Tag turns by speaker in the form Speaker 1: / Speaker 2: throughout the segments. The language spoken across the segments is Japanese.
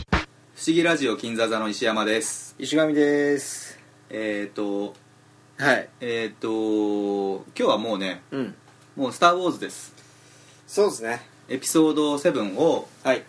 Speaker 1: 思議ラジオ金座座の石山です
Speaker 2: 石上です
Speaker 1: えっ、と
Speaker 2: はい
Speaker 1: えっ、と今日はもうね
Speaker 2: うん
Speaker 1: もう「スター・ウォーズ」です
Speaker 2: そうですね
Speaker 1: エピソード7を、
Speaker 2: はい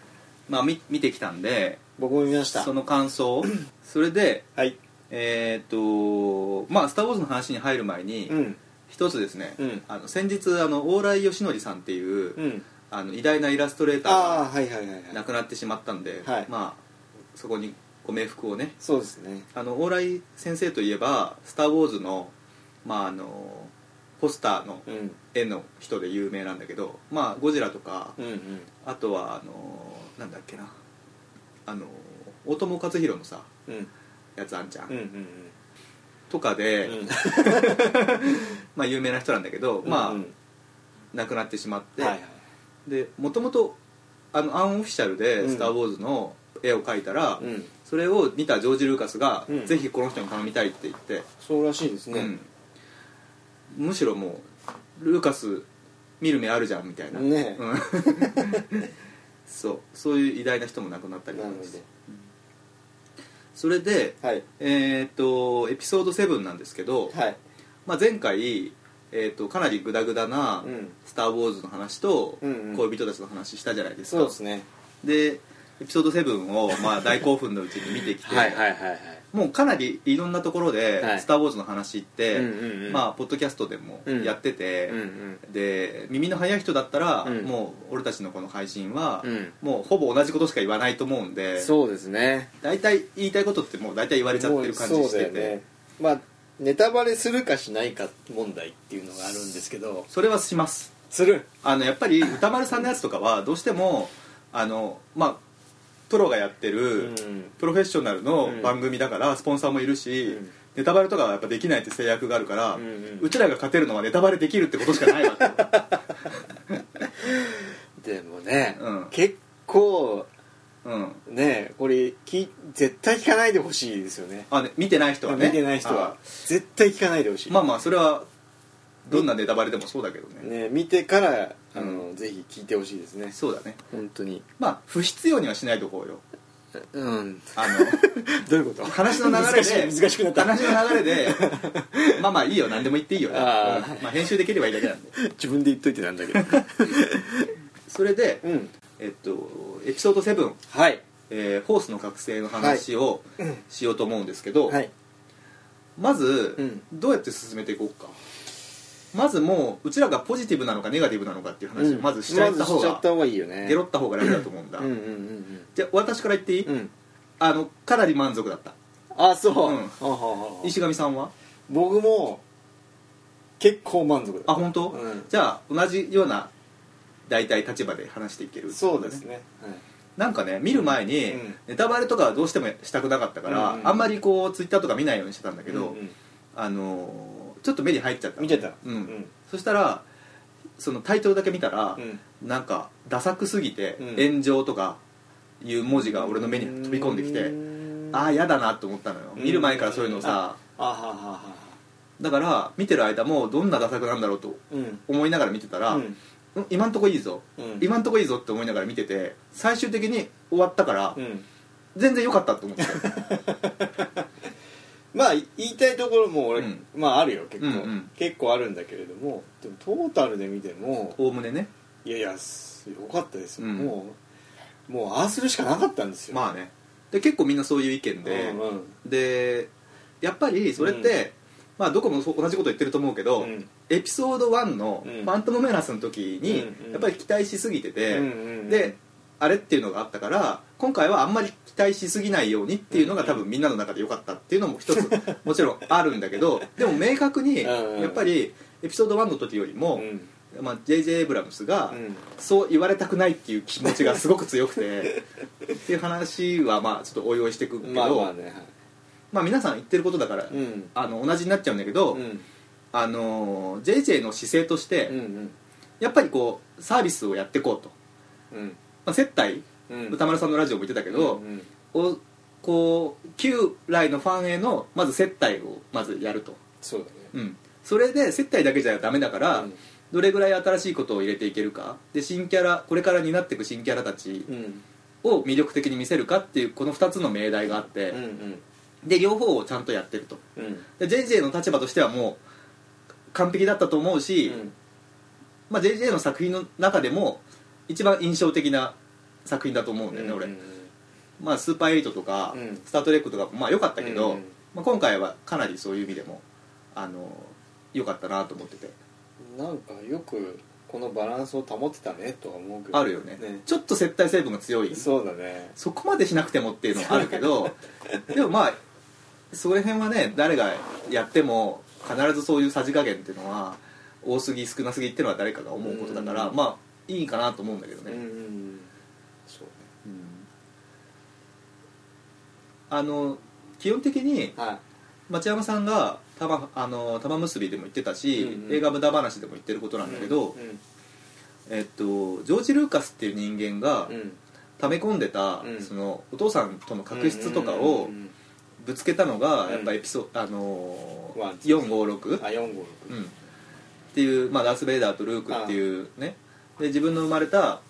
Speaker 1: まあ、み見てきたんで
Speaker 2: 僕も見ました
Speaker 1: その感 想それで
Speaker 2: はい
Speaker 1: えっ、とまあ「スター・ウォーズ」の話に入る前に、
Speaker 2: うん
Speaker 1: 一つですね、
Speaker 2: うん
Speaker 1: あの先日あの往来義則さんっていう、
Speaker 2: うん
Speaker 1: あの偉大なイラストレーター
Speaker 2: ああ
Speaker 1: が
Speaker 2: はいはいはいは
Speaker 1: 亡
Speaker 2: い
Speaker 1: くなってしまったんで、
Speaker 2: はい
Speaker 1: まあそこにご冥福をね
Speaker 2: そうですね
Speaker 1: あの往来先生といえば「スター・ウォーズの」まああのポスターの
Speaker 2: うん
Speaker 1: 絵の人で有名なんだけど、まあ、ゴジラとか、
Speaker 2: うんうん
Speaker 1: あとはあのなんだっけなあの大友克洋のさ
Speaker 2: うん
Speaker 1: やつあんちゃん、
Speaker 2: うんうん
Speaker 1: とかで、
Speaker 2: うん
Speaker 1: まあ、有名な人なんだけど、
Speaker 2: うん
Speaker 1: まあ
Speaker 2: うん
Speaker 1: 亡くなってしまって、
Speaker 2: はいはい
Speaker 1: でもともとあのアンオフィシャルで「
Speaker 2: うん
Speaker 1: スター・ウォーズ」の絵を描いたら、
Speaker 2: うん
Speaker 1: それを見たジョージ・ルーカスが、
Speaker 2: うん
Speaker 1: ぜひこの人に頼みたいって言って、
Speaker 2: そうらしいですね
Speaker 1: うんむしろもうルーカス見る目あるじゃんみたいな、
Speaker 2: ね
Speaker 1: うん そうそういう偉大な人も亡くなったりと
Speaker 2: な
Speaker 1: か
Speaker 2: るほ
Speaker 1: してそれで、
Speaker 2: どはい
Speaker 1: えーっとエピソード7なんですけど、
Speaker 2: はい
Speaker 1: まあ、前回、えーっとかなりグダグダな
Speaker 2: うん
Speaker 1: 「スター・ウォーズ」の話と
Speaker 2: うんうん
Speaker 1: 恋人たちの話したじゃないですか、
Speaker 2: そうですね
Speaker 1: でエピソード7をまあ大興奮のうちに見てきて
Speaker 2: はいはいはい
Speaker 1: もうかなりいろんなところで「
Speaker 2: はい
Speaker 1: スター・ウォーズ」の話って、
Speaker 2: うんうんうん
Speaker 1: まあ、ポッドキャストでもやってて、
Speaker 2: うんうん
Speaker 1: で耳の速い人だったら、
Speaker 2: うん
Speaker 1: もう俺たちのこの配信は、
Speaker 2: うん
Speaker 1: もうほぼ同じことしか言わないと思うんで
Speaker 2: そうですね
Speaker 1: 大体言いたいことってもう大体言われちゃってる感じ
Speaker 2: もう
Speaker 1: し
Speaker 2: そう
Speaker 1: て
Speaker 2: だ
Speaker 1: て
Speaker 2: よねまあネタバレするかしないか問題っていうのがあるんですけど
Speaker 1: それはします
Speaker 2: する
Speaker 1: あのやっぱ り歌丸さんのやつとかはどうしてもあのまあプロがやって
Speaker 2: う
Speaker 1: る、
Speaker 2: ん
Speaker 1: プロフェッショナルの
Speaker 2: うん
Speaker 1: 番組だからスポンサーもいるし、
Speaker 2: うん
Speaker 1: ネタバレとかはやっぱできないって制約があるから、
Speaker 2: う
Speaker 1: うん
Speaker 2: うん
Speaker 1: ちらが勝てるのはネタバレできるってことしかないわ け
Speaker 2: でもね、
Speaker 1: うん
Speaker 2: 結構
Speaker 1: うん
Speaker 2: ねこれき絶対聞かないでほしいですよね
Speaker 1: あね見てない人はね
Speaker 2: 見てない人は
Speaker 1: あ
Speaker 2: 絶対聞かないでほしい、
Speaker 1: まあまあそれはどんなネタバレでもそうだけどね
Speaker 2: ね、見てからあの、ぜひ聞いてほしいですね
Speaker 1: そうだね
Speaker 2: 本当に
Speaker 1: まあ不必要にはしないとこうよ
Speaker 2: うん
Speaker 1: あ
Speaker 2: どういうこと
Speaker 1: の話の流れで
Speaker 2: 難しい難しくなった
Speaker 1: 話の流れで まあまあいいよ何でも言っていいよ、ね
Speaker 2: あ
Speaker 1: うんまあ、編集できればいいだけなんで
Speaker 2: 自分で言っといてなんだけ ど
Speaker 1: それで、
Speaker 2: うん
Speaker 1: えっと、エピソード7、
Speaker 2: はい
Speaker 1: えー、ホースの覚醒の話をしようと思うんですけど、
Speaker 2: はい
Speaker 1: まず、
Speaker 2: うん
Speaker 1: どうやって進めていこうかまずもううちらがポジティブなのかネガティブなのかっていう話をまずしちゃった
Speaker 2: ま
Speaker 1: 方
Speaker 2: ずしちゃっ
Speaker 1: が、
Speaker 2: た方がいいよね
Speaker 1: ゲロった方が楽だと思うんだ、
Speaker 2: うんうんうん
Speaker 1: じゃあ私から言っていい、
Speaker 2: うんうん
Speaker 1: あのかなり満足だった
Speaker 2: あそう、
Speaker 1: うん
Speaker 2: ははは
Speaker 1: 石上さんは
Speaker 2: 僕も結構満足
Speaker 1: あ
Speaker 2: だ
Speaker 1: 本当、
Speaker 2: うん
Speaker 1: じゃあ同じような大体立場で話していける
Speaker 2: そうですね、はい
Speaker 1: なんかね見る前に、
Speaker 2: うん
Speaker 1: ネタバレとかはどうしてもしたくなかったから、
Speaker 2: うんうん
Speaker 1: あんまりこうツイッターとか見ないようにしてたんだけど、
Speaker 2: うんうん
Speaker 1: あのーちょっと目に入っちゃった
Speaker 2: 見てた
Speaker 1: うん、
Speaker 2: うん
Speaker 1: そしたらそのタイトルだけ見たら
Speaker 2: う、ん
Speaker 1: なんかダサくすぎて「
Speaker 2: うん
Speaker 1: 炎上」とかいう文字が俺の目に飛び込んできて、ああ嫌
Speaker 2: や
Speaker 1: だなと思ったのよ、
Speaker 2: うん
Speaker 1: 見る前からそういうのさ
Speaker 2: あはははは
Speaker 1: だから見てる間もどんなダサくなんだろうと
Speaker 2: うん
Speaker 1: 思いながら見てたら、
Speaker 2: うん
Speaker 1: うん今んとこいいぞ、
Speaker 2: うん
Speaker 1: 今んとこいいぞって思いながら見てて最終的に終わったから、
Speaker 2: うん
Speaker 1: 全然良かったと思 って
Speaker 2: まあ言いたいところも俺、
Speaker 1: うん
Speaker 2: まああるよ結構、
Speaker 1: うんうん
Speaker 2: 結構あるんだけれどもでもトータルで見ても
Speaker 1: おおむねね
Speaker 2: いやいやすよかったですよ、
Speaker 1: うん
Speaker 2: もうもうああするしかなかったんですよ
Speaker 1: まあねで結構みんなそういう意見で、
Speaker 2: うんうん
Speaker 1: でやっぱりそれって、まあどこもそう同じこと言ってると思うけど、
Speaker 2: うん
Speaker 1: エピソード1の「
Speaker 2: う
Speaker 1: フ
Speaker 2: ん
Speaker 1: ァントムメナス」の時に、
Speaker 2: うんうん
Speaker 1: やっぱり期待しすぎてて、
Speaker 2: うんうんうん
Speaker 1: であれっていうのがあったから今回はあんまり期待しすぎないようにっていうのが
Speaker 2: うんう
Speaker 1: 多
Speaker 2: ん
Speaker 1: 分みんなの中で良かったっていうのも一つ もちろんあるんだけどでも明確に
Speaker 2: うんうん
Speaker 1: やっぱりエピソード1の時より
Speaker 2: う
Speaker 1: も、
Speaker 2: ん
Speaker 1: まあ、JJ エイブラムスが
Speaker 2: うん
Speaker 1: そう言われたくないっていう気持ちがすごく強く てっていう話はまあちょっとおいおいしていくけど、
Speaker 2: まあま
Speaker 1: ま
Speaker 2: あ
Speaker 1: あ
Speaker 2: ねはい
Speaker 1: 皆さん言ってることだから、
Speaker 2: うん
Speaker 1: あの同じになっちゃうんだけど、
Speaker 2: うん
Speaker 1: あのー JJ の姿勢として、
Speaker 2: うんうん
Speaker 1: やっぱりこうサービスをやっていこうと、
Speaker 2: うん
Speaker 1: まあ、接待
Speaker 2: うん
Speaker 1: 歌丸さんのラジオも言ってたけど
Speaker 2: う、ん
Speaker 1: おこう旧来のファンへのまず接待をまずやると、
Speaker 2: そうだね
Speaker 1: うん、それで接待だけじゃダメだから、
Speaker 2: うん
Speaker 1: どれぐらい新しいことを入れていけるかで新キャラこれから担っていく新キャラたち
Speaker 2: うん
Speaker 1: を魅力的に見せるかっていうこの2つの命題があって、
Speaker 2: うんうん
Speaker 1: で両方をちゃんとやってると
Speaker 2: うん
Speaker 1: で JJ の立場としてはもう完璧だったと思うし、まあ、JJ の作品の中でも一番印象的な作品だと思うんだよね、俺、まあ、スーパーエイトとか、
Speaker 2: うん
Speaker 1: スター・トレックとかもまあ良かったけど、
Speaker 2: うんうん
Speaker 1: まあ、今回はかなりそういう意味でもあの良かったなと思ってて
Speaker 2: なんかよくこのバランスを保ってたねとは思うけど
Speaker 1: あるよねちょっと接待成分が強い
Speaker 2: そうだね
Speaker 1: そこまでしなくてもっていうのはあるけ どでもまあその辺はね誰がやっても必ずそういうさじ加減っていうのは多すぎ少なすぎっていうのは誰かが思うことだから、
Speaker 2: うん
Speaker 1: まあいいかなと思うんだけど
Speaker 2: う
Speaker 1: ね、
Speaker 2: んうんそうね
Speaker 1: あの基本的に
Speaker 2: は
Speaker 1: 町山さんが玉あの玉結びでも言ってたし、
Speaker 2: うんうん
Speaker 1: 映画無駄話でも言ってること
Speaker 2: い
Speaker 1: なんだけど、
Speaker 2: うん
Speaker 1: えっと、ジョージ・ルーカスっていう人間が
Speaker 2: うん
Speaker 1: 溜め込んでた、
Speaker 2: うん
Speaker 1: そのお父さんとの確執とかを
Speaker 2: うんうんうん
Speaker 1: ぶつけたのが、
Speaker 2: うん
Speaker 1: やっぱエピソあの
Speaker 2: ワ
Speaker 1: ー、456、
Speaker 2: ンあ四五
Speaker 1: う
Speaker 2: 六
Speaker 1: ん、っていう、まあ、ダース・ベイダーとルークっていうねで自分の生まれた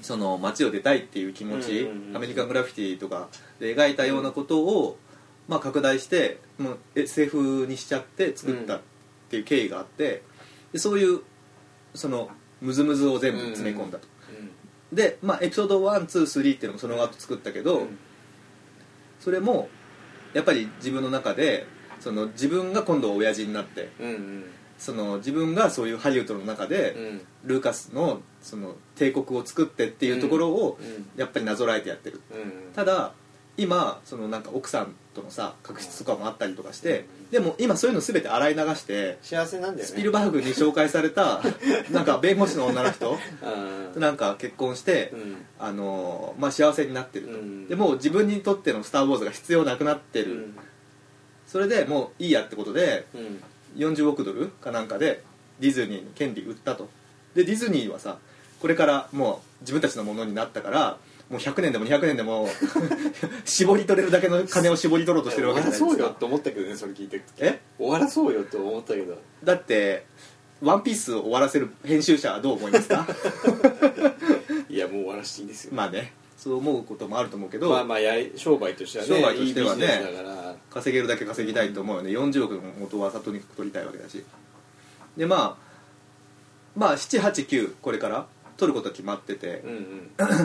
Speaker 1: その街を出たいっていう気持ち、
Speaker 2: うんうんうん
Speaker 1: アメリカングラフィティとかで描いたようなことを、まあ、拡大してもう SF にしちゃって作ったっていう経緯があってでそういうそのムズムズを全部詰め込んだと、で、まあ、エピソード123っていうのもその後作ったけど、
Speaker 2: うん
Speaker 1: それもやっぱり自分の中でその自分が今度親父になって
Speaker 2: うんうん
Speaker 1: その自分がそういうハリウッドの中で、
Speaker 2: うん
Speaker 1: ルーカスのその帝国を作ってっていうところを
Speaker 2: うん
Speaker 1: やっぱりなぞらえてやってる
Speaker 2: うん
Speaker 1: ただ今そのなんか奥さんとのさ確執とかもあったりとかしてでも今そういうの全て洗い流して
Speaker 2: 幸せなんだよね
Speaker 1: スピルバーグに紹介され たなんか弁護士の女の人
Speaker 2: うん
Speaker 1: となんか結婚して
Speaker 2: うん
Speaker 1: あのーまあ幸せになってる
Speaker 2: う
Speaker 1: と
Speaker 2: ん
Speaker 1: でもう自分にとっての「スター・ウォーズ」が必要なくなって
Speaker 2: う
Speaker 1: る
Speaker 2: ん
Speaker 1: それでもういいやってことで
Speaker 2: うん
Speaker 1: 40億ドルかなんかでディズニーに権利売ったとでディズニーはさこれからもう自分たちのものになったからもう100年でも200年でも 絞り取れるだけの金を絞り取ろうとしてるわけじゃないで
Speaker 2: 終わ
Speaker 1: す
Speaker 2: らそうよ
Speaker 1: か
Speaker 2: と思ったけどねそれ聞いて
Speaker 1: え
Speaker 2: 終わらそうよと思ったけど
Speaker 1: だって「ワンピースを終わらせる編集者はどう思いますか
Speaker 2: いやもう終わらしていいですよ
Speaker 1: まあねそう思うこともあると思うけど、
Speaker 2: まあまあやり商売としてはね
Speaker 1: 商売としてはね
Speaker 2: いいビジネスだから
Speaker 1: 稼げるだけ稼ぎたいと思うよね40億の元はさとにかく取りたいわけだしでまあまあ789これから取ることは決まってて、
Speaker 2: う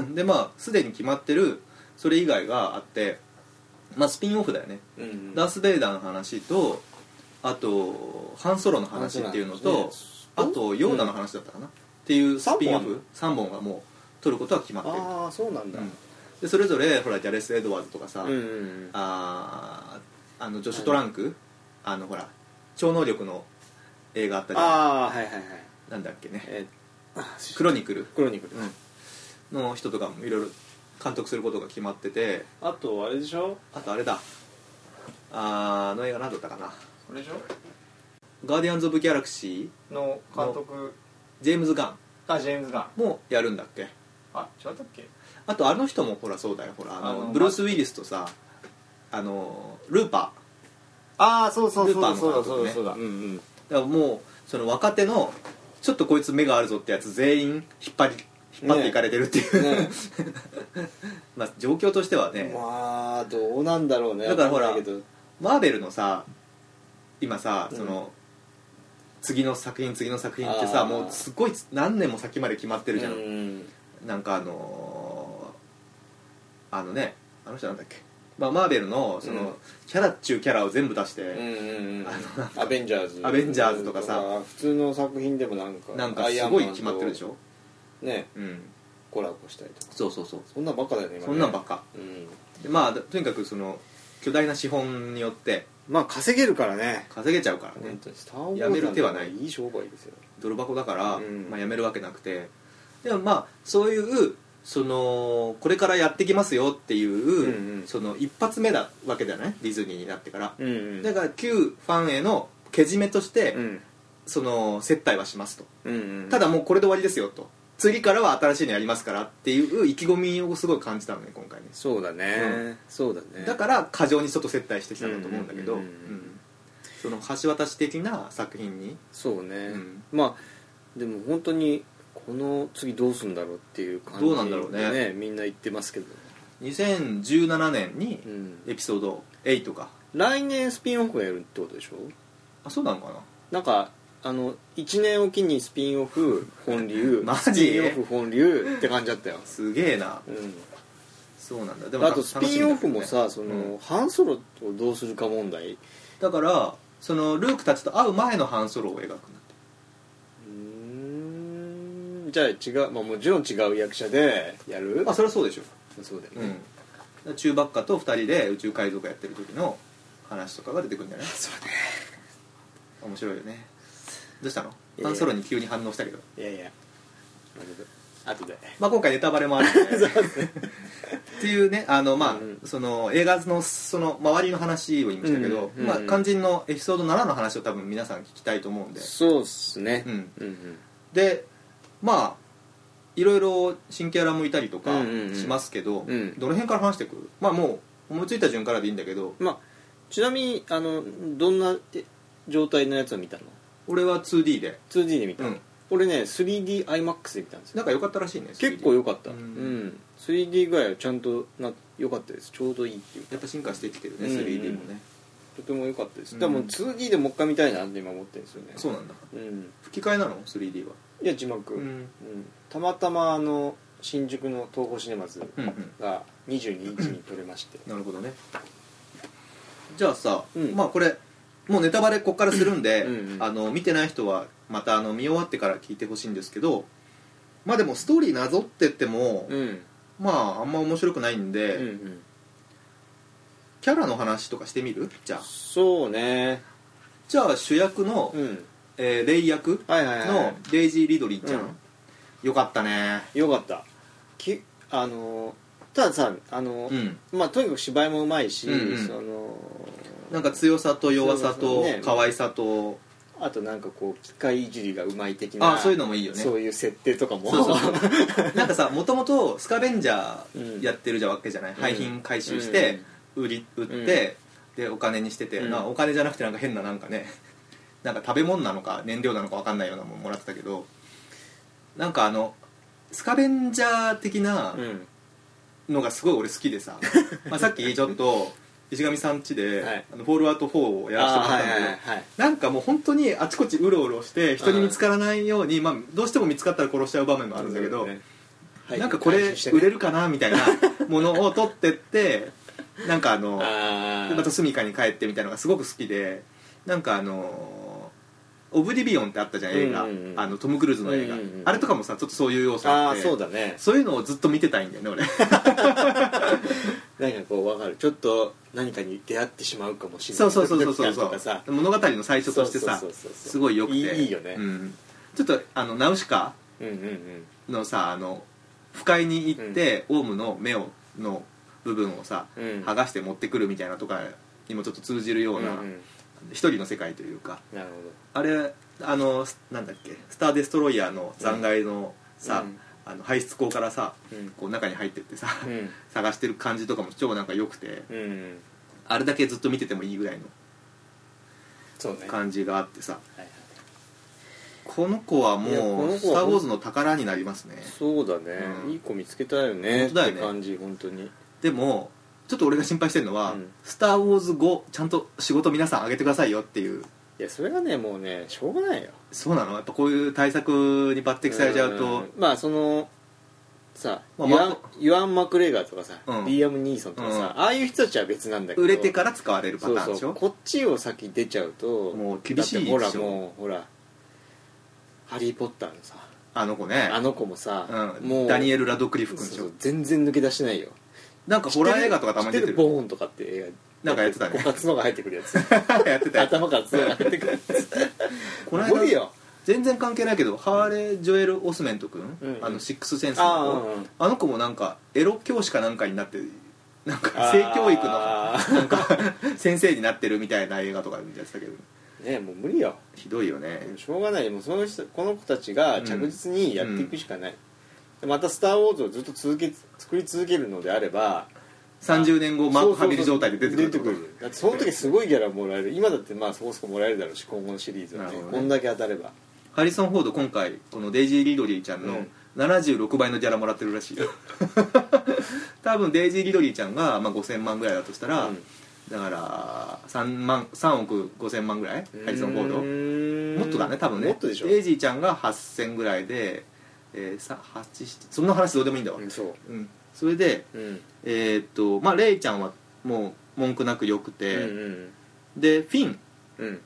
Speaker 2: ん
Speaker 1: でまあすでに決まってるそれ以外があってまあスピンオフだよね、
Speaker 2: うん うん
Speaker 1: ダース・ベイダーの話とあとハン・ソロの話っていうのと、あ
Speaker 2: ハンソロの話ね
Speaker 1: とヨーダの話だったかな、っていうスピンオ
Speaker 2: 三
Speaker 1: フ
Speaker 2: 本
Speaker 1: 3本がもう取ることは決まってる、
Speaker 2: ああそうなんだ
Speaker 1: うんでそれぞれほらジャレス・エドワーズとかさ、
Speaker 2: うんうん
Speaker 1: あーあのジョシュ・トランク、あのほら超能力の映画あったじゃ
Speaker 2: ああはいはいはい
Speaker 1: んなんだっけね
Speaker 2: え
Speaker 1: 「
Speaker 2: ー
Speaker 1: クロニクル
Speaker 2: クロニクル」
Speaker 1: の人とかもいろいろ監督することが決まってて
Speaker 2: あとあれでしょ
Speaker 1: あとあれだあーあの映画何だったかな
Speaker 3: これでしょ
Speaker 1: 「ガーディアンズ・オブ・ギャラクシ
Speaker 3: の監督
Speaker 1: ー」ジェームズ・ガ
Speaker 3: あジェームズ・ガン
Speaker 1: ンもやるんだっけ
Speaker 3: あ違ったっけ
Speaker 1: あとあの人もほらそうだよほらあの
Speaker 3: あの
Speaker 1: ブルース・ウィリスとさあのルーパ
Speaker 3: ああそう
Speaker 1: そうそうそうだそうだそうだ
Speaker 2: うんうん
Speaker 1: ーだからもうその若手のちょっとこいつ目があるぞってやつ全員引っ張り引っ張っていかれてるっていう、
Speaker 2: ね
Speaker 1: まあ状況としてはね、
Speaker 2: まあどうなんだろうね
Speaker 1: だからほら
Speaker 2: わんないけど
Speaker 1: マーベルのさ今さ
Speaker 2: うん
Speaker 1: その、次の作品次の作品ってさ
Speaker 2: あー
Speaker 1: もうすごい何年も先まで決まってるじゃん、
Speaker 2: うん
Speaker 1: なんかあのーあのねあの人なんだっけ、まあ、マーベルのその、
Speaker 2: うん
Speaker 1: キャラっちゅうキャラを全部出して、
Speaker 2: うんうんうん
Speaker 1: あのなんか
Speaker 2: アベンジャーズ
Speaker 1: アベンジャーズとかさ
Speaker 2: 普通の作品でもなんか
Speaker 1: なんかすごい決まってるでし
Speaker 2: ょ
Speaker 1: ょ
Speaker 2: ね
Speaker 1: うん
Speaker 2: コラボしたりとか
Speaker 1: そうそうそう
Speaker 2: そんなんばっかだよね今ね
Speaker 1: そんなんばっか
Speaker 2: うん
Speaker 1: でまあとにかくその巨大な資本によって
Speaker 2: まあ稼げるからね
Speaker 1: 稼げちゃうからね
Speaker 2: 本当にスター・ウォーズ
Speaker 1: やめる手はない
Speaker 2: いい商売ですよ
Speaker 1: 泥箱だから、
Speaker 2: うん
Speaker 1: まあ、やめるわけなくてでもまあそういうそのこれからやってきますよっていう、
Speaker 2: うんうん
Speaker 1: その一発目だわけじゃないディズニーになってから、
Speaker 2: うんうん
Speaker 1: だから旧ファンへのけじめとして、
Speaker 2: うん
Speaker 1: その接待はしますと、
Speaker 2: うんうん
Speaker 1: ただもうこれで終わりですよと次からは新しいのやりますからっていう意気込みをすごい感じたのね今回ね
Speaker 2: そうだね、
Speaker 1: う
Speaker 2: そうだね
Speaker 1: だから過剰にちょっと接待してきたんだと思うんだけど、
Speaker 2: うんうんうん
Speaker 1: うんその橋渡し的な作品に、
Speaker 2: そうね、
Speaker 1: うん
Speaker 2: まあでも本当にこの次どうすんだろうっていう感じ
Speaker 1: どうなんだろうね
Speaker 2: でみんな言ってますけど、
Speaker 1: 2017年に
Speaker 2: うん、
Speaker 1: エピソード8とか
Speaker 2: 来年スピンオフがやるってことでしょ
Speaker 1: あそうなのかな
Speaker 2: なんかあの1年おきにスピンオフ本流
Speaker 1: マジ
Speaker 2: スピンオフ本流って感じだったよ、
Speaker 1: すげえな
Speaker 2: う
Speaker 1: そうなんだで
Speaker 2: ん、
Speaker 1: も
Speaker 2: あとスピンオフもさ、
Speaker 1: 楽し
Speaker 2: そ
Speaker 1: み
Speaker 2: の、
Speaker 1: だけどね
Speaker 2: ハンソロをどうするか問題
Speaker 1: うんだからそのルークたちと会う前のハンソロを描くんだって
Speaker 2: うーんじゃあ違う、まあ、もちろん違う役者でやる
Speaker 1: まあそれはそうでしょ
Speaker 2: そうだよ
Speaker 1: う
Speaker 2: ね、
Speaker 1: んだから中ばっかと2人で宇宙海賊やってる時の話とかが出てくるんじゃない
Speaker 2: そうね
Speaker 1: 面白いよねどうしたの
Speaker 2: えー
Speaker 1: ハンソロに急に反応したけど、
Speaker 2: いやいやあとで
Speaker 1: まあ、今回ネタバレもあるん でっていうねあの、まあ
Speaker 2: うん
Speaker 1: その映画のその周りの話を言いましたけど、
Speaker 2: うん
Speaker 1: まあ、
Speaker 2: うん
Speaker 1: 肝心のエピソード7の話を多分皆さん聞きたいと思うんで
Speaker 2: そうっすね
Speaker 1: うん
Speaker 2: うん
Speaker 1: でまあいろいろ新キャラもいたりとか
Speaker 2: うんうんうん
Speaker 1: しますけど、
Speaker 2: うん
Speaker 1: どの辺から話してくるまあもう思いついた順からでいいんだけど
Speaker 2: まあちなみにあのどんなえ状態のやつを見たの
Speaker 1: 俺は 2D で
Speaker 2: 2D で見た
Speaker 1: う
Speaker 2: の、
Speaker 1: ん
Speaker 2: 俺ね 3DiMAX で見たんですよ
Speaker 1: なんか良かったらしいね
Speaker 2: 結構
Speaker 1: 3D
Speaker 2: 良かった、
Speaker 1: う
Speaker 2: うんん 3D ぐらいはちゃんとな良かったですちょうどいいっていう
Speaker 1: やっぱ進化してきてるね
Speaker 2: うんうん
Speaker 1: 3D もね、
Speaker 2: とても良かったです、
Speaker 1: うん
Speaker 2: でも 2D でもう一回見たいなって今思ってるんですよね
Speaker 1: そうなんだ
Speaker 2: う、ん、
Speaker 1: 吹き替えなの 3D はい
Speaker 2: や字幕、うん
Speaker 1: ん
Speaker 2: たまたまあの新宿の東宝シネマズ
Speaker 1: うんうん
Speaker 2: が22日に撮れまして
Speaker 1: なるほどねじゃあさ、
Speaker 2: うん
Speaker 1: まあこれもうネタバレこっからするんで
Speaker 2: うんうん
Speaker 1: あの見てない人はまたあの見終わってから聞いてほしいんですけどまあでもストーリーなぞってっても、
Speaker 2: うん
Speaker 1: まああんま面白くないんで、
Speaker 2: うんうん
Speaker 1: キャラの話とかしてみるじゃあ
Speaker 2: そうね
Speaker 1: じゃあ主役の、
Speaker 2: うん
Speaker 1: えーレイ役
Speaker 2: はいはいはい
Speaker 1: のデイジー・リドリーちゃん、
Speaker 2: うん
Speaker 1: よかったね
Speaker 2: よかったきあのたださあの、
Speaker 1: うん
Speaker 2: まあとにかく芝居もうまいし、
Speaker 1: うんうん
Speaker 2: その
Speaker 1: なんか強さと弱さ
Speaker 2: そ
Speaker 1: と
Speaker 2: うですね
Speaker 1: 可愛さと、
Speaker 2: あとなんかこう機械いじりがうまい的な
Speaker 1: ああそういうのもいいよね
Speaker 2: そういう設定とかも
Speaker 1: そうそう そうなんかさもともとスカベンジャ
Speaker 2: うん
Speaker 1: ーやってるじゃわけじゃない、
Speaker 2: ん
Speaker 1: 廃品回収して、売り売って、でお金にしてて、
Speaker 2: うん
Speaker 1: なお金じゃなくてなんか変ななんかねなんか食べ物なのか燃料なのか分かんないようなもんもらってたけどなんかあのスカベンジャー的な
Speaker 2: うん
Speaker 1: のがすごい俺好きで さ、まあさっきちょっと石上さん家で、
Speaker 2: はい
Speaker 1: あのフォールアウト4をやらせてもらったんだけど、
Speaker 2: はい
Speaker 1: なんかもう本当にあちこちうろうろして人に見つからないように、まあ、どうしても見つかったら殺しちゃう場面もあるんだけど、なんかこれ売れ
Speaker 2: る
Speaker 1: るかなみ たいなものを取ってってなんかあの
Speaker 2: あ
Speaker 1: でまた住処に帰ってみたいなのがすごく好きでなんかあのーオブリビオン」ってあったじゃん映画、
Speaker 2: うんうんうん
Speaker 1: あのトム・クルーズの映画、
Speaker 2: うんうんうん
Speaker 1: あれとかもさちょっとそういう要素あ
Speaker 2: あ
Speaker 1: っ
Speaker 2: あ
Speaker 1: て
Speaker 2: そうだね
Speaker 1: そういうのをずっと見てたいんだよね 俺
Speaker 2: なんかこうわかるちょっと何かに出会ってしまうかもしれな
Speaker 1: そ
Speaker 2: いう
Speaker 1: そうそうそうそ
Speaker 2: ドキド
Speaker 1: う
Speaker 2: キ感とかさ
Speaker 1: 物語の最初としてさ
Speaker 2: そうそうそうそう
Speaker 1: すごいよくて
Speaker 2: いいいいよね
Speaker 1: うんちょっとあのナウシカ
Speaker 2: うんうんうん
Speaker 1: のさあの不快に行って、オウムの目をの部分をさ、
Speaker 2: うん
Speaker 1: 剥がして持ってくるみたいなとかにもちょっと通じるような、
Speaker 2: うんうん
Speaker 1: 一人の世界というか
Speaker 2: なるほ
Speaker 1: あれあのすなんだっけスター・デストロイヤーの残骸のさ、
Speaker 2: うん
Speaker 1: あの排出口からさ、
Speaker 2: うん
Speaker 1: こう中に入ってってさ、
Speaker 2: どうん
Speaker 1: 探してる感じとかも超なんか良くて
Speaker 2: うんうん
Speaker 1: あれだけずっと見ててもいいぐらいの
Speaker 2: そうね
Speaker 1: 感じがあってさ
Speaker 2: はいはい
Speaker 1: この子はい
Speaker 2: やこ
Speaker 1: もう「
Speaker 2: の
Speaker 1: ス
Speaker 2: 子は
Speaker 1: ター・ウォーズ」の宝になりますね
Speaker 2: そうだね、
Speaker 1: うん
Speaker 2: いい子見つけたよね
Speaker 1: 本当だよね
Speaker 2: って感じ本当に
Speaker 1: でもちょっと俺が心配してるのは「
Speaker 2: うん
Speaker 1: スター・ウォーズ後ちゃんと仕事皆さんあげてくださいよ」っていう
Speaker 2: いやそれがねもうねしょうがないよ
Speaker 1: そうなのやっぱこういう対策に抜擢されちゃうと
Speaker 2: んまあそのさ、
Speaker 1: まあ
Speaker 2: ユアン
Speaker 1: ま
Speaker 2: ユアン・マクレガーとかさ、
Speaker 1: うん
Speaker 2: リアム・ニーソンとかさ、
Speaker 1: うん
Speaker 2: ああいう人たちは別なんだけど
Speaker 1: 売れてから使われるパターン
Speaker 2: そう
Speaker 1: でし
Speaker 2: そ
Speaker 1: ょ
Speaker 2: うこっちを先出ちゃうと
Speaker 1: もう厳しいでし
Speaker 2: だ
Speaker 1: ょ
Speaker 2: ってほらもうほら「ハリー・ポッター」のさ
Speaker 1: あの子ね
Speaker 2: あの子もさ、
Speaker 1: うん
Speaker 2: もう
Speaker 1: ダニエ
Speaker 2: ル
Speaker 1: ル・ラドクリフ君でしょ
Speaker 2: 全然抜け出してないよ
Speaker 1: なんかホラー映画とかたまに出て
Speaker 2: 知
Speaker 1: る
Speaker 2: ってボーンとかって映画
Speaker 1: なんかやってたね
Speaker 2: ここから角が入ってくるや つ
Speaker 1: やってたやつ
Speaker 2: 頭から角が入ってくるやつ
Speaker 1: この
Speaker 2: 無理
Speaker 1: 間
Speaker 2: よ
Speaker 1: 全然関係ないけどハーレー・ジョエル・オスメント君、
Speaker 2: うんうん
Speaker 1: あのシックスセンスの
Speaker 2: ああ
Speaker 1: 子あの子もなんかエロ教師かなんかになってなんか性教育の
Speaker 2: の
Speaker 1: 先生になってるみたいな映画とかやってたけど
Speaker 2: ねもう無理よ
Speaker 1: ひどいよね
Speaker 2: しょうがないもうその人この子たちが着実にやっていくしかない、でまた「スター・ウォーズ」をずっと続け作り続けるのであれば
Speaker 1: 30年後マーク・ハビリ状態で出てくる
Speaker 2: 出てくるだってその時すごいギャラもらえる今だってまあそこそこもらえるだろうし今後のシリーズは
Speaker 1: な
Speaker 2: ね
Speaker 1: るほどね
Speaker 2: こんだけ当たれば
Speaker 1: ハリソン・フォード今回このデイジー・リドリーちゃん
Speaker 2: う
Speaker 1: の
Speaker 2: ん
Speaker 1: 76倍のギャラもらってるらしい よ多分デイジー・リドリーちゃんが、まあ、5000万ぐらいだとしたら、
Speaker 2: うん
Speaker 1: だから3万3億5000万ぐらいハリソン・フォード
Speaker 2: ー
Speaker 1: も
Speaker 2: ド
Speaker 1: っとだね多分ね
Speaker 2: もっとでしょ
Speaker 1: デイジーちゃんが8000ぐらいで、えー、さ8 7そんな話どうでもいいんだわ、
Speaker 2: うんそ
Speaker 1: うんそれで
Speaker 2: ううん
Speaker 1: えーっとまあレイちゃんはもう文句なく良く
Speaker 2: う
Speaker 1: て、
Speaker 2: んうん
Speaker 1: でフィン
Speaker 2: うん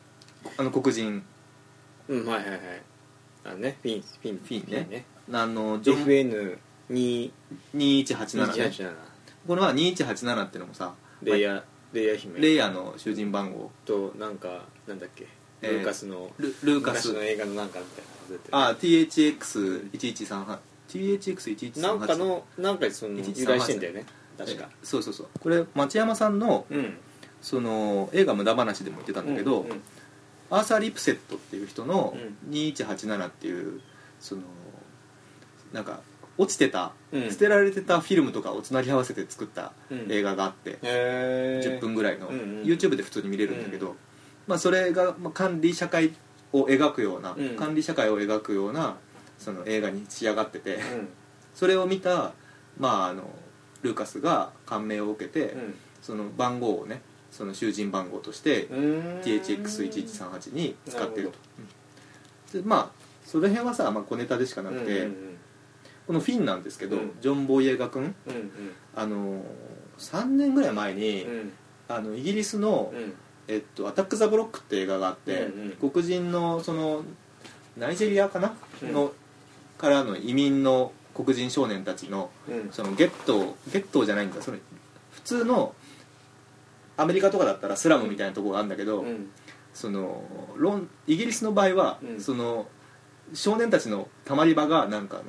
Speaker 1: あの黒人
Speaker 2: うんはいはいはいあのねフィンフィンフ
Speaker 1: ィンねあのジョン
Speaker 2: FN 2
Speaker 1: 2187ね
Speaker 2: 1
Speaker 1: これは2187ってのもさ
Speaker 2: レイヤーレイヤー姫
Speaker 1: レイヤーの囚人番号
Speaker 2: となんかなんだっけ
Speaker 1: えー
Speaker 2: ルーカスの
Speaker 1: ルルーカス
Speaker 2: 昔の映画のなんかみたいなの出てる
Speaker 1: あ THX1138 THX1138
Speaker 2: なんかのなんかにその
Speaker 1: 113
Speaker 2: 由来してんだよね確か
Speaker 1: えそうそうそうこれ町山さんの
Speaker 2: うん
Speaker 1: その映画無駄話でも言ってたんだけど、
Speaker 2: うんうん
Speaker 1: アーサー・リプセットっていう人の
Speaker 2: う
Speaker 1: 2187っていうそのなんか落ちてた、
Speaker 2: うん
Speaker 1: 捨てられてたフィルムとかをつなぎ合わせて作った
Speaker 2: うん
Speaker 1: 映画があって、
Speaker 2: へー
Speaker 1: 10分ぐらいの、
Speaker 2: うんうん
Speaker 1: YouTube で普通に見れるんだけど、まあ、それが、まあ、管理社会を描くような、
Speaker 2: うん
Speaker 1: 管理社会を描くようなその映画に仕上がってて、
Speaker 2: うん
Speaker 1: それを見た、まあ、あのルーカスが感銘を受けて、その番号をねその囚人番号として
Speaker 2: うん
Speaker 1: THX1138 に使ってるとうんでまあその辺はさ、まあ、小ネタでしかなくて、
Speaker 2: うんうん
Speaker 1: このフィンなんですけど、
Speaker 2: うん
Speaker 1: ジョン・ボイエガ君
Speaker 2: うん
Speaker 1: あのー3年ぐらい前に、
Speaker 2: うんうん
Speaker 1: あのイギリスの、
Speaker 2: うん
Speaker 1: えっと「アタック・ザ・ブロック」って映画があって、
Speaker 2: うん
Speaker 1: 黒人のそのナイジェリアかな、
Speaker 2: うん
Speaker 1: のからの移民の黒人少年たちの
Speaker 2: うん
Speaker 1: そのゲットゲットじゃないんだそれ普通のアメリカとかだったらスラムみたいなところがあるんだけど、
Speaker 2: うん
Speaker 1: そのロンイギリスの場合は、
Speaker 2: うん
Speaker 1: その少年たちのたまり場がなんかあの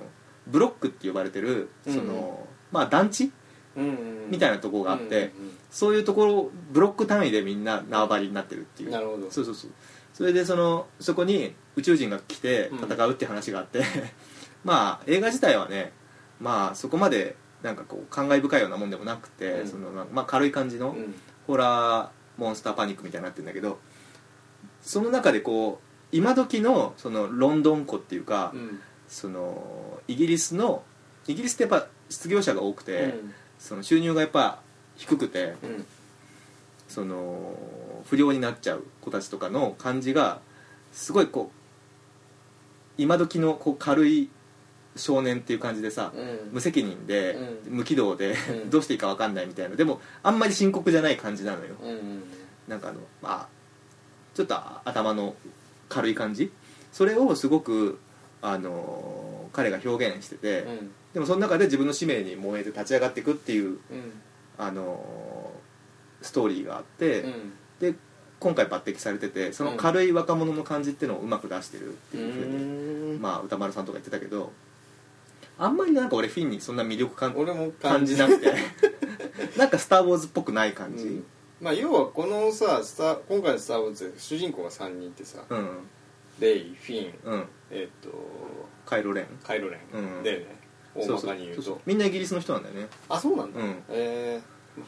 Speaker 1: ブロックって呼ばれてるその、
Speaker 2: うんうん
Speaker 1: まあ団地
Speaker 2: うんうん
Speaker 1: みたいなところがあって、
Speaker 2: うんうん
Speaker 1: そういうところブロック単位でみんな縄張りになってるっていう
Speaker 2: なるほど
Speaker 1: そうそうそうそれでそのそこに宇宙人が来て
Speaker 2: うん
Speaker 1: 戦うって話があって、 まあ映画自体はねまあそこまでなんかこう感慨深いようなもんでもなくて、
Speaker 2: うん
Speaker 1: そのなんかまあ軽い感じの
Speaker 2: うん
Speaker 1: ホラーモンスターパニックみたいになってるんだけどその中でこう今時のそのロンドン湖っていうか、
Speaker 2: うん
Speaker 1: そのイギリスのイギリスってやっぱ失業者が多くて、
Speaker 2: うん
Speaker 1: その収入がやっぱ低くて
Speaker 2: うん
Speaker 1: その不良になっちゃう子たちとかの感じがすごいこう今時のこう軽い少年っていう感じでさ、
Speaker 2: うん
Speaker 1: 無責任で、
Speaker 2: う
Speaker 1: 無軌道で、
Speaker 2: う ん
Speaker 1: どうしていいか分かんないみたいなでもあんまり深刻じゃない感じなのよ、
Speaker 2: うんうん
Speaker 1: なんかあのまあちょっと頭の軽い感じそれをすごくあの彼が表現してて、
Speaker 2: うん
Speaker 1: でもその中で自分の使命に燃えて立ち上がっていくっていう
Speaker 2: うん
Speaker 1: あのストーリーがあって、
Speaker 2: うん
Speaker 1: で今回抜擢されててその軽い若者の感じっていうのをうまく出してるっていうふうに、
Speaker 2: うん
Speaker 1: まあ、歌丸さんとか言ってたけどあんまりなんか俺フィンにそんな魅力感
Speaker 2: 俺も
Speaker 1: 感じなく てなんか「スター・ウォーズ」っぽくない感
Speaker 2: う
Speaker 1: じ
Speaker 2: んまあ要はこのさスター今回の「スター・ウォーズ」主人公が3人いてさ
Speaker 1: うん
Speaker 2: レイフィン
Speaker 1: うん
Speaker 2: えっ、と
Speaker 1: カイロレン
Speaker 2: カイロレ
Speaker 1: うん
Speaker 2: ンだよね、大まかに言うと
Speaker 1: そそそみんなイギリスの人なんだよね
Speaker 2: あそうなんだ、
Speaker 1: うん
Speaker 2: え
Speaker 1: フ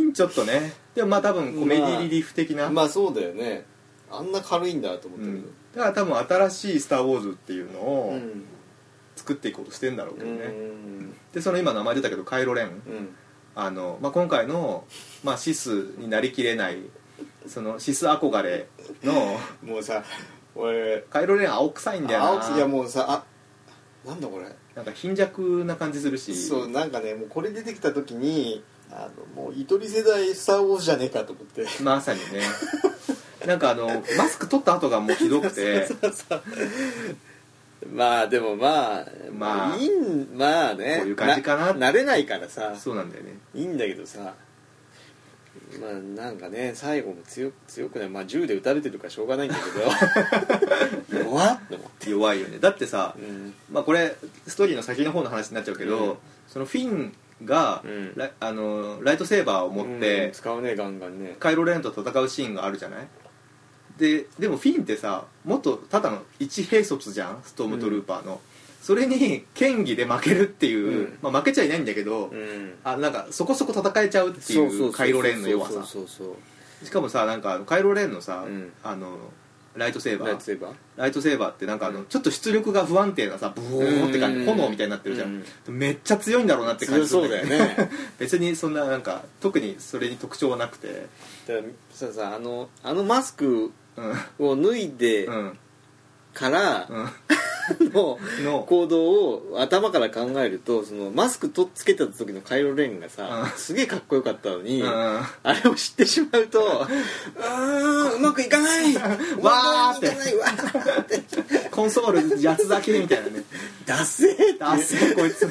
Speaker 1: ィンちょっとねでもまあ多分コメディリリーフ的な、
Speaker 2: ー、まあそうだよねあんな軽いんだと思っ
Speaker 1: う
Speaker 2: たけど
Speaker 1: ん、だから多分新しい「スター・ウォーズ」っていうの
Speaker 2: う
Speaker 1: を
Speaker 2: ん
Speaker 1: 作っていこうとしてんだろうけ
Speaker 2: う
Speaker 1: どね、
Speaker 2: ん
Speaker 1: でその今名前出たけどカイロレン
Speaker 2: うん
Speaker 1: あの、まあ、今回の、まあ、シスになりきれないそのシス憧れの
Speaker 2: もうさ俺
Speaker 1: カイロレン青臭いんだよな
Speaker 2: 青木がもうさあなんだこれ
Speaker 1: なんか貧弱な感じするし
Speaker 2: そうなんかねもうこれ出てきた時にあのもうゆとり世代スター・ウォーズじゃねえかと思って
Speaker 1: まさにねなんかあのマスク取った後がもうひどくて
Speaker 2: まあでもまあ
Speaker 1: まあ
Speaker 2: いいんまあね
Speaker 1: こういう感じかな
Speaker 2: 慣れないからさ
Speaker 1: そうなんだよね
Speaker 2: いいんだけどさまあなんかね最後も強強くないまあ銃で撃たれてるからしょうがないんだけ ど弱っと思って
Speaker 1: 弱いよねだってさ、
Speaker 2: うん
Speaker 1: まあ、これストーリーの先の方の話になっちゃうけど、
Speaker 2: うん
Speaker 1: そのフィンが、
Speaker 2: うん
Speaker 1: ラあのライトセーバーを持って、
Speaker 2: うん使うねガンガンね
Speaker 1: カイロレンと戦うシーンがあるじゃないででもフィンってさもっとただの一兵卒じゃんストームトルーパーの、それに剣技で負けるっていう、
Speaker 2: うん
Speaker 1: まあ、負けちゃいないんだけど、
Speaker 2: うん
Speaker 1: あなんかそこそこ戦えちゃうっていうカイロレンの弱さ
Speaker 2: そうそうそう
Speaker 1: しかもさなんかあのカイロレンのさ、
Speaker 2: うん
Speaker 1: あのライトセーバ
Speaker 2: ライト
Speaker 1: ー
Speaker 2: セーバー
Speaker 1: ライトセーバーってなんかあの、
Speaker 2: うん
Speaker 1: ちょっと出力が不安定なさブオーって感じ
Speaker 2: うん
Speaker 1: で炎みたいになってるじゃん、めっちゃ強いんだろうなって感
Speaker 2: 強
Speaker 1: じする
Speaker 2: そ
Speaker 1: ん
Speaker 2: うだよねだか
Speaker 1: 別にそんななんか特にそれに特徴はなくて
Speaker 2: らささあのあのマスク
Speaker 1: うん
Speaker 2: を脱いで
Speaker 1: うん
Speaker 2: から
Speaker 1: うん
Speaker 2: の
Speaker 1: の
Speaker 2: 行動を頭から考えるとそのマスクとつけてた時のカイロレンがさ
Speaker 1: うん
Speaker 2: すげえかっこよかったのに
Speaker 1: うん
Speaker 2: あれを知ってしまうとうーんうまくいかないわ
Speaker 1: わーって
Speaker 2: うまくいかないわーって
Speaker 1: コンソール八つ咲きみたいなね
Speaker 2: ダセーって
Speaker 1: あっせこいつ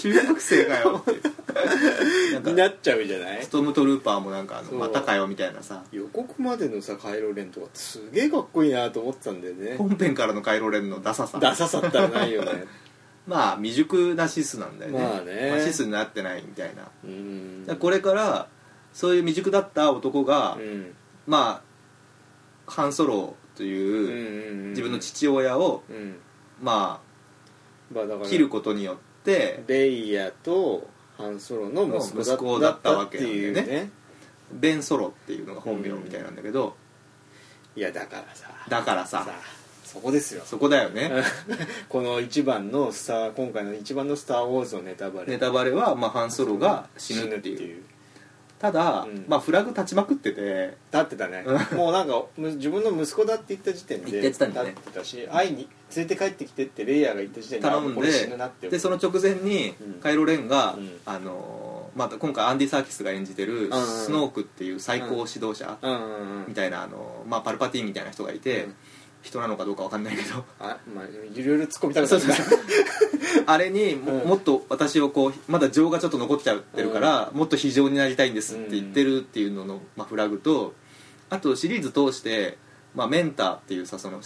Speaker 1: 中学生かよっていう
Speaker 2: に
Speaker 1: なん
Speaker 2: な
Speaker 1: か
Speaker 2: っちゃうじゃない
Speaker 1: ストームトルーパーもなんかあの
Speaker 2: そう
Speaker 1: またかよみたいなさ
Speaker 2: 予告までのさカイロレンとかすげえかっこいいなと思ってたんだよね
Speaker 1: 本編からの回路連のダサさ
Speaker 2: ダサさったらないよね
Speaker 1: まあ未熟なシスなんだよね,、
Speaker 2: まあね
Speaker 1: シスになってないみたいな、だか
Speaker 2: うーん
Speaker 1: らこれからそういう未熟だった男が、
Speaker 2: うん
Speaker 1: まあハン・ソロと
Speaker 2: うんう
Speaker 1: いうん
Speaker 2: うん
Speaker 1: 自分の父親を、
Speaker 2: うん
Speaker 1: ま
Speaker 2: まあだか
Speaker 1: あ
Speaker 2: ら
Speaker 1: 切ることによって
Speaker 2: レイヤとハンソロの息子だ
Speaker 1: 息子だったわけ
Speaker 2: だ
Speaker 1: な
Speaker 2: っ
Speaker 1: んだ
Speaker 2: てい
Speaker 1: よ
Speaker 2: う
Speaker 1: ね
Speaker 2: ね
Speaker 1: ベン・ソロっていうのが本名みたいなんだけど、
Speaker 2: いやだからさ
Speaker 1: だからさ
Speaker 2: そこですよ
Speaker 1: そこだよね
Speaker 2: この一番のスター今回の一番の「スター・ウォーズ」のネタバレ
Speaker 1: ネタバレは、まあ、ハン・ソロが死ぬっていうただ、
Speaker 2: うん
Speaker 1: まあ、フラグ立ちまくってて
Speaker 2: 立ってたね
Speaker 1: うん
Speaker 2: もうなんかむ自分の息子だって言った時点で
Speaker 1: 言ってたんだね
Speaker 2: 立ってたし会いに連れて帰ってきてってレイヤーが言った時点で
Speaker 1: 頼
Speaker 2: あ
Speaker 1: ん
Speaker 2: これ死ぬなっ
Speaker 1: で
Speaker 2: て
Speaker 1: でその直前に
Speaker 2: うん
Speaker 1: カイロ・レンが、
Speaker 2: うん
Speaker 1: あのーまた今回アンディ・サーキスが演じてる
Speaker 2: ん
Speaker 1: スノークっていう最高指導者
Speaker 2: うんうんう
Speaker 1: み
Speaker 2: ん
Speaker 1: たいな、あのーまあ、パルパティーンみたいな人がいて、
Speaker 2: うん
Speaker 1: 人なのかどうかわかんないけど
Speaker 2: あまあいろいろ突っ込みたくなった
Speaker 1: そうそう あれにも,、
Speaker 2: うん
Speaker 1: もっと私をこうまだ情がちょっと残っちゃってるから、もっと非情になりたいんですって言ってるっていうのの、まあ、フラグとあとシリーズ通して、まあ、メンターっていうさその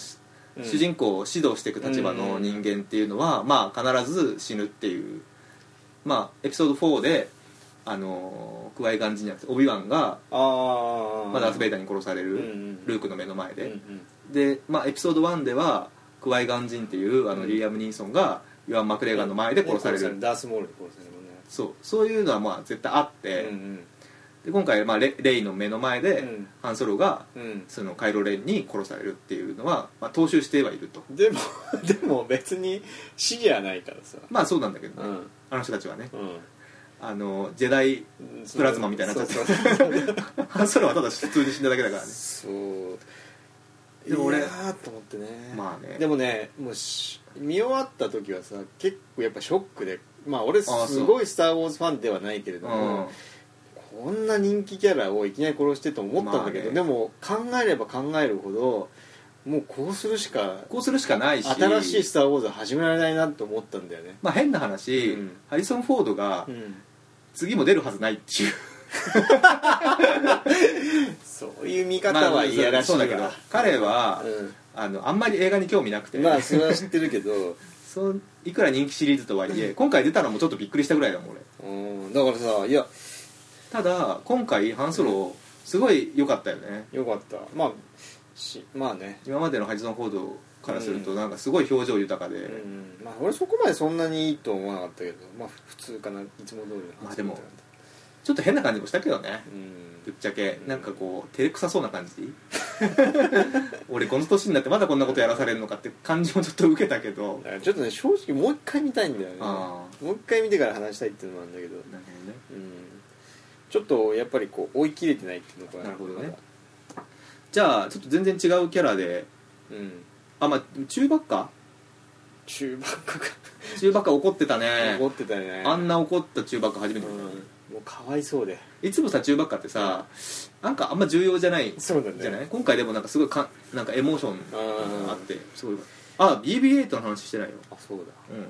Speaker 2: うん
Speaker 1: 主人公を指導していく立場の人間っていうのは、まあ、必ず死ぬっていう、まあ、エピソード4で、あのークワイガンジンじゃなくてオビワンが、
Speaker 2: ああ
Speaker 1: まあ、ダース・ベイダーに殺される、
Speaker 2: うんうん
Speaker 1: ルークの目の前
Speaker 2: う
Speaker 1: で、
Speaker 2: んうん
Speaker 1: で、まあ、エピソード1ではクワイガンジンっていうあの
Speaker 2: うん
Speaker 1: リアム・ニーソンがイワン・マクレーガンの前で殺される、
Speaker 2: ダース・モールに殺されるもんね
Speaker 1: そうそういうのはまあ絶対あって、
Speaker 2: うん
Speaker 1: で今回、まあ、レレイの目の前で、
Speaker 2: うん
Speaker 1: ハンソロが
Speaker 2: うん
Speaker 1: そのカイロ・レンに殺されるっていうのは、まあ、踏襲してはいると
Speaker 2: うんでも でも別に死じゃないからさ
Speaker 1: まあそうなんだけどね、
Speaker 2: うん
Speaker 1: あの人たちはね
Speaker 2: うん
Speaker 1: あのジェダイ プラズマみたいになっちゃって
Speaker 2: そうそうそう
Speaker 1: ハンソロはただ普通に死んだだけだからね
Speaker 2: そう
Speaker 1: でも俺
Speaker 2: いやーと思ってね
Speaker 1: まあね
Speaker 2: でもねもうし見終わった時はさ結構やっぱショックでまあ俺す
Speaker 1: ああそう
Speaker 2: ごい「スター・ウォーズ」ファンではないけれども、こんな人気キャラをいきなり殺してと思ったんだけど、
Speaker 1: まあね
Speaker 2: でも考えれば考えるほどもうこうするしか
Speaker 1: うんこうするしかないし
Speaker 2: 新しい「スター・ウォーズ」は始められないなと思ったんだよね
Speaker 1: まあ変な話、
Speaker 2: うん
Speaker 1: ハリソン・フォードが
Speaker 2: うん
Speaker 1: 次も出るはずないっていう
Speaker 2: そういう見 方はいやらしい
Speaker 1: そう
Speaker 2: わ
Speaker 1: だけど彼は、
Speaker 2: うん
Speaker 1: あのあんまり映画に興味なくて、
Speaker 2: まあそれは知ってるけど
Speaker 1: そんいくら人気シリーズとはいえ今回出たのもちょっとびっくりしたぐらいだもん俺
Speaker 2: うんだからさいや
Speaker 1: ただ今回ハンソロすごい良かったよね
Speaker 2: よかったまあしまあね
Speaker 1: 今までのハリソン・フォードからする
Speaker 2: う
Speaker 1: となんかすごい表情豊かで、
Speaker 2: うんまあ俺そこまでそんなにいいとは思わなかったけどまあ普通かないつも通りの話
Speaker 1: まあでも
Speaker 2: だった
Speaker 1: ちょっと変な感じもしたけどねぶっ
Speaker 2: う
Speaker 1: ちゃけ
Speaker 2: うん
Speaker 1: なんかこう照れくさそうな感じ 俺この年になってまだこんなことやらされるのかって感じもちょっと受けたけど
Speaker 2: んだからちょっとね正直もう一回見たいんだよね
Speaker 1: あ
Speaker 2: もう一回見てから話したいっていうのもあるんだけど、
Speaker 1: なるほどね
Speaker 2: うん、ちょっとやっぱりこう追い切れてないっていうのが
Speaker 1: なるほどねじゃあちょっと全然違うキャラで
Speaker 2: うん
Speaker 1: あまあ中ばっか
Speaker 2: 中盤か
Speaker 1: 中ばっか怒ってたね
Speaker 2: 残ってたよね
Speaker 1: あんな怒った中ばっか初
Speaker 2: う
Speaker 1: め
Speaker 2: ん
Speaker 1: て見た、
Speaker 2: もうかわいそうで
Speaker 1: いつもさ中ばっかってさなんかあんま重要じゃない
Speaker 2: そうだね
Speaker 1: じゃない今回でもなんかすごいかなんかエモーション
Speaker 2: あー
Speaker 1: があってすごいあ BB8 の話してないよ
Speaker 2: あそうだ
Speaker 1: うん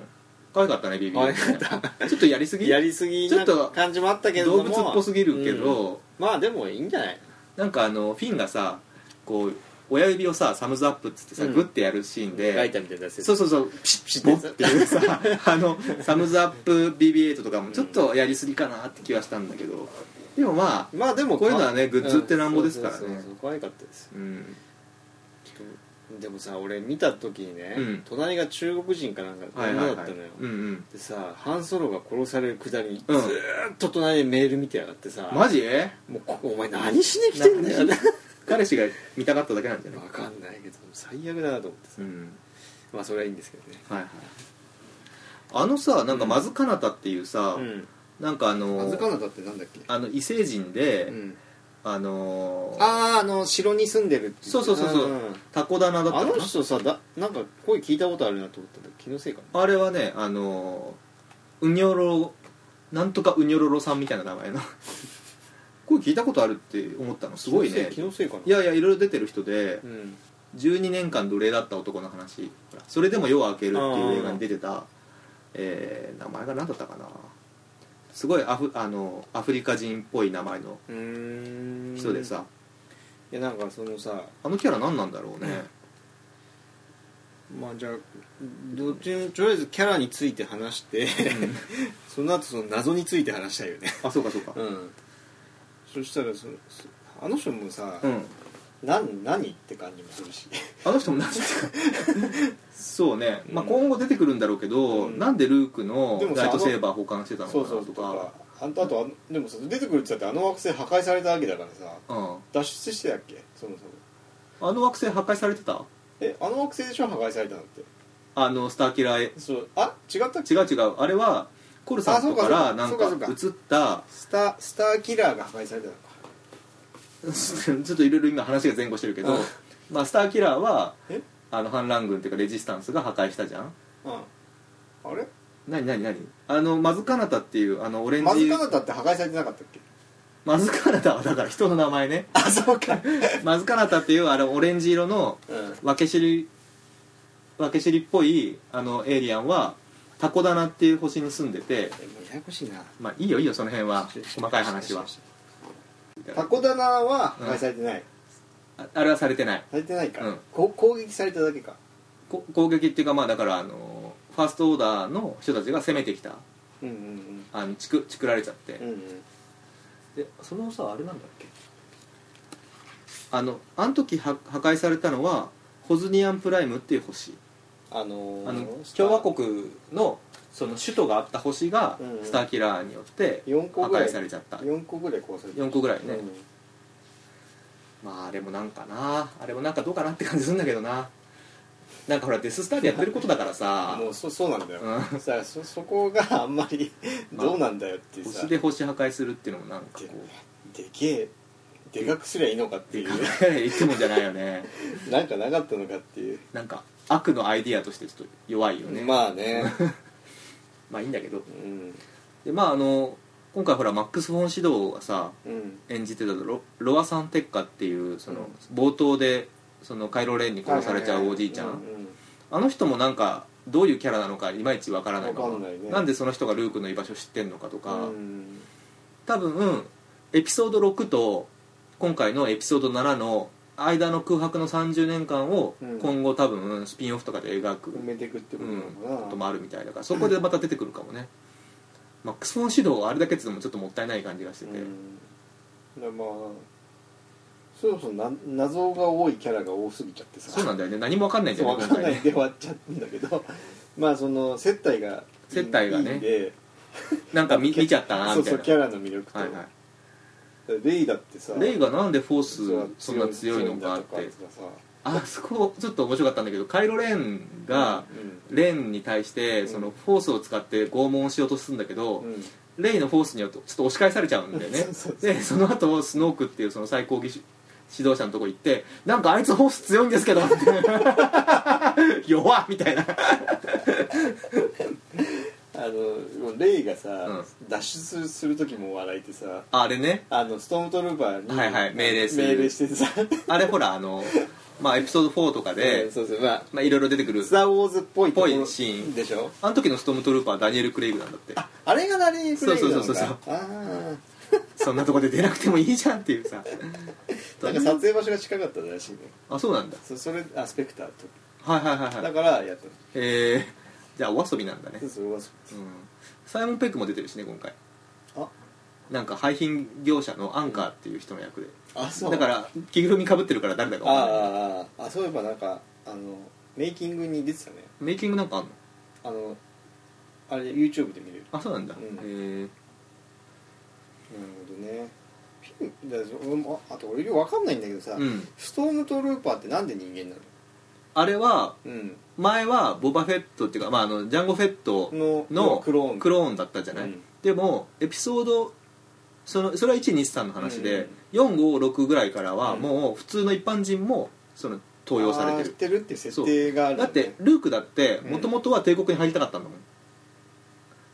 Speaker 1: 可愛かったね BB8
Speaker 2: 可愛か
Speaker 1: ちょっとやりすぎ
Speaker 2: やりすぎな
Speaker 1: ちょっと
Speaker 2: 感じもあったけれど
Speaker 1: 動
Speaker 2: も
Speaker 1: 物っぽすぎるけ
Speaker 2: うん
Speaker 1: ど、
Speaker 2: まあでもいいんじゃない
Speaker 1: なんかあのフィンがさこう親指をさサムズアップっつってさ、
Speaker 2: うん
Speaker 1: グッてやるシーンで
Speaker 2: ライターみたいなやつ
Speaker 1: そうそうそうピシッピシッボッっていうさあのサムズアップ BB8 とかもちょっとやりすぎかなって気はしたんだけどでもまあ
Speaker 2: まあでも
Speaker 1: こういうのはねグッズってなんぼですからね
Speaker 2: そうそうそう可愛かったです
Speaker 1: うん
Speaker 2: でもさ俺見た時にね、
Speaker 1: うん
Speaker 2: 隣が中国人かなんか
Speaker 1: はい
Speaker 2: 女
Speaker 1: はい
Speaker 2: だっ
Speaker 1: は
Speaker 2: た
Speaker 1: い
Speaker 2: のよ、
Speaker 1: うんうん
Speaker 2: でさハン・ソロが殺されるくだり、ず
Speaker 1: うん
Speaker 2: ー っと隣でメール見てやがってさ
Speaker 1: マジ
Speaker 2: もうここお前何しに来てんだよ
Speaker 1: 彼氏が見たかっただけなんじゃない
Speaker 2: わかんないけど最悪だなと思ってさ
Speaker 1: うん
Speaker 2: まあそれはいいんですけどね
Speaker 1: はいはいあのさなんかマズカナタっていうさ、
Speaker 2: うん
Speaker 1: なんかあの
Speaker 2: あずかなだってなんだっけ
Speaker 1: あの異星人で、
Speaker 2: うん
Speaker 1: あのー
Speaker 2: あああの城に住んでるってい
Speaker 1: そうそうそうそうんタコ棚だった
Speaker 2: あ
Speaker 1: かな
Speaker 2: の人さだなんか声聞いたことあるなと思ったんだけど気のせいか
Speaker 1: あれはねあのーうにょろなんとかうにょろろさんみたいな名前 の声聞いたことあるって思ったのすごいね
Speaker 2: 気のせい気のせいかない
Speaker 1: やいやいろいろ出てる人で
Speaker 2: うん
Speaker 1: 12年間奴隷だった男の話ほらそれでも夜は明けるっていう映画に出てた、えー名前が何だったかなすごいアフあのアフリカ人っぽい名前の
Speaker 2: うーん
Speaker 1: 人でさ、
Speaker 2: いやなんかそのさ
Speaker 1: あのキャラ何なんだろうね、
Speaker 2: まあじゃあどっちもとりあえずキャラについて話して、 その後その謎について話したいよね
Speaker 1: あそうかそうか
Speaker 2: うんそしたらそのそあの人もさ、
Speaker 1: うん
Speaker 2: なん何って感じもするし
Speaker 1: あの人もなんていうかそうね、まあ、
Speaker 2: うん
Speaker 1: 今後出てくるんだろうけど、
Speaker 2: うん
Speaker 1: なんでルークの
Speaker 2: でもさ
Speaker 1: ライトセーバー保管してたのか
Speaker 2: そ
Speaker 1: な
Speaker 2: うそう
Speaker 1: と
Speaker 2: と
Speaker 1: か
Speaker 2: かあんたあとあでもさ出てくるって言ったってあの惑星破壊されたわけだからさ
Speaker 1: うん
Speaker 2: 脱出してたっけそもそも
Speaker 1: あの惑星破壊されてた
Speaker 2: えあの惑星でしょ破壊されたのって
Speaker 1: あのスターキラーへ
Speaker 2: そうあ違ったっけ
Speaker 1: 違う違うあれはコルサットか
Speaker 2: あ
Speaker 1: らな
Speaker 2: そ
Speaker 1: ん
Speaker 2: うか
Speaker 1: か
Speaker 2: そうか
Speaker 1: 映った
Speaker 2: スタースターキラーが破壊されたのか
Speaker 1: ちょっといろいろ今話が前後してるけど
Speaker 2: うん
Speaker 1: まあスターキラーは
Speaker 2: え
Speaker 1: あの反乱軍っていうかレジスタンスが破壊したじゃん
Speaker 2: うんあれ
Speaker 1: 何何何あのマズカナタっていうあのオレン
Speaker 2: マズ
Speaker 1: ジ
Speaker 2: カナタって破壊されてなかったっけ
Speaker 1: マズカナタ はだから人の名前 ね
Speaker 2: あそうか
Speaker 1: マズカナタっていうあのオレンジ色の
Speaker 2: うん
Speaker 1: 分け知り分け知りっぽいあのエイリアンはタコ棚っていう星に住んでて
Speaker 2: えもうややこしいな
Speaker 1: まあいいよいいよその辺は細かい話は
Speaker 2: タコ棚は破壊されてない、
Speaker 1: ああれはされてない
Speaker 2: されてないか、
Speaker 1: うん
Speaker 2: こ攻撃されただけか
Speaker 1: こ攻撃っていうかまあだからあのファーストオーダーの人たちが攻めてきた
Speaker 2: うんうん
Speaker 1: あのチクチクられちゃって、
Speaker 2: うんうんうん
Speaker 1: でそのさあれなんだっけあのあの時は破壊されたのはホズニアンプライムっていう星
Speaker 2: あのー、
Speaker 1: あの共和国のその首都があった星が
Speaker 2: うんうん
Speaker 1: スターキラーによって
Speaker 2: 4個
Speaker 1: 破
Speaker 2: ぐら
Speaker 1: 壊
Speaker 2: い
Speaker 1: されちゃった
Speaker 2: 4個ぐらい壊されてる
Speaker 1: 4個ぐらいね、
Speaker 2: うん
Speaker 1: まああれもなんかなあれもなんかどうかなって感じするんだけどななんかほらデススターでやってることだからさ
Speaker 2: もうそそうなんだよ、
Speaker 1: う
Speaker 2: さそそこがあんまり
Speaker 1: まあ
Speaker 2: どうなんだよってさ、
Speaker 1: 星で星破壊するっていうのも なんかこ
Speaker 2: でけえでかくすりゃいいのかっていう
Speaker 1: ういつもじゃないよね
Speaker 2: なんかなかったのかっていう、
Speaker 1: なんか悪のアイディアとしてちょっと弱いよね、まあ、
Speaker 2: ま あね
Speaker 1: いいんだけど
Speaker 2: うん
Speaker 1: でまああの今回ほらマックス・フォン・シドーがさ
Speaker 2: うん
Speaker 1: 演じてたロロア・サンテッカっていうその、
Speaker 2: う
Speaker 1: 冒頭でそのカイロ・レーンに殺されちゃうおじいちゃん、
Speaker 2: ううん
Speaker 1: あの人もなんかどういうキャラなのかいまいちわからないま
Speaker 2: わ
Speaker 1: ま
Speaker 2: かんないね
Speaker 1: んでその人がルークの居場所知ってんのかとか、
Speaker 2: うん
Speaker 1: 多分エピソード6と今回のエピソード7の間の空白の30年間を
Speaker 2: うん
Speaker 1: 今後多分スピンオフとかで描く、
Speaker 2: 埋めていくってこ
Speaker 1: う
Speaker 2: となの
Speaker 1: ん、
Speaker 2: かな、
Speaker 1: こともあるみたいだからそこでまた出てくるかもね、マックス・フォン・シドーをあれだけっつうのもちょっともったいない感じがしてて、
Speaker 2: うん、でまあそろそろな謎が多いキャラが多すぎちゃってさ
Speaker 1: そうなんだよね何もわかんないんだよね
Speaker 2: 分
Speaker 1: 今
Speaker 2: かん
Speaker 1: 回
Speaker 2: ない
Speaker 1: ね
Speaker 2: で終わっちゃうんだけどまあその接待がいい
Speaker 1: 接待がね
Speaker 2: いいんで
Speaker 1: なんか見見ちゃったな
Speaker 2: そ
Speaker 1: みた
Speaker 2: うそ
Speaker 1: いうな
Speaker 2: キャラの魅力と、
Speaker 1: はいは
Speaker 2: レイだってさ
Speaker 1: い、レイがなんでフォースそ
Speaker 2: そ
Speaker 1: ん
Speaker 2: う
Speaker 1: な強いのかっ
Speaker 2: 強い
Speaker 1: て
Speaker 2: んだとかさ
Speaker 1: あそこちょっと面白かったんだけどカイロ・レーンが
Speaker 2: うん
Speaker 1: レーンに対してそのフォースを使って拷問しようとするんだけど、
Speaker 2: うん
Speaker 1: レイのフォースによってちょっと押し返されちゃうんだよね
Speaker 2: そうそうそ
Speaker 1: でその後スノークっていうその最高技師指導者のとこ行って「なんかあいつフォース強いんですけど」って 弱っみたいな
Speaker 2: あのレイがさ、
Speaker 1: う
Speaker 2: 脱出する時も笑いてさ
Speaker 1: あれね
Speaker 2: あのストームトルーパーに、
Speaker 1: はいはい命令する
Speaker 2: 命令しててさ
Speaker 1: あれほらあのまあエピソード4とかで、
Speaker 2: そうそうまあ
Speaker 1: まあいろいろ出てくる
Speaker 2: スター・ウォーズっぽいところ
Speaker 1: ぽいシーン
Speaker 2: でしょ
Speaker 1: あの時のストームトルーパーはダニエル・クレイグなんだって
Speaker 2: あれがダニエル・クレイグなのか
Speaker 1: そうそうそう
Speaker 2: あー
Speaker 1: そんなとこで出なくてもいいじゃんっていうさ
Speaker 2: なんか撮影場所が近かったらしいね
Speaker 1: あそうなんだ
Speaker 2: そそれあスペクターと
Speaker 1: はいはいはいは
Speaker 2: だ
Speaker 1: い
Speaker 2: からやったの
Speaker 1: えー、じゃあお遊びなんだね、、
Speaker 2: そううんそれはそ
Speaker 1: サイモン・ペックも出てるしね今回
Speaker 2: あ
Speaker 1: なんか廃品業者のアンカーっていう人の役で
Speaker 2: あそう
Speaker 1: だから着ぐるみかぶってるから誰だかわかんない
Speaker 2: あーあーあーあそういえばなんかあのメイキングに出てたね
Speaker 1: メイキングなんかあんの
Speaker 2: あのあれ YouTube で見れる
Speaker 1: あそうなんだ、
Speaker 2: うん
Speaker 1: へえ
Speaker 2: なるほどねピンだ俺もああと俺よくわかんないんだけどさ、
Speaker 1: うん
Speaker 2: ストームトルーパーってなんで人間なの
Speaker 1: あれは
Speaker 2: うん
Speaker 1: 前はボバフェットっていうか、まあ、あのジャンゴフェット
Speaker 2: の
Speaker 1: の
Speaker 2: クローン
Speaker 1: クローンだったじゃない、
Speaker 2: うん
Speaker 1: でもエピソードそのそれは123の話で、456ぐらいからは
Speaker 2: うん
Speaker 1: もう普通の一般人もその登用されてる
Speaker 2: あー知ってるっていう設定がある
Speaker 1: だ
Speaker 2: の
Speaker 1: っ
Speaker 2: ね
Speaker 1: てルークだって
Speaker 2: うん
Speaker 1: もともとは帝国に入りたかったんだもん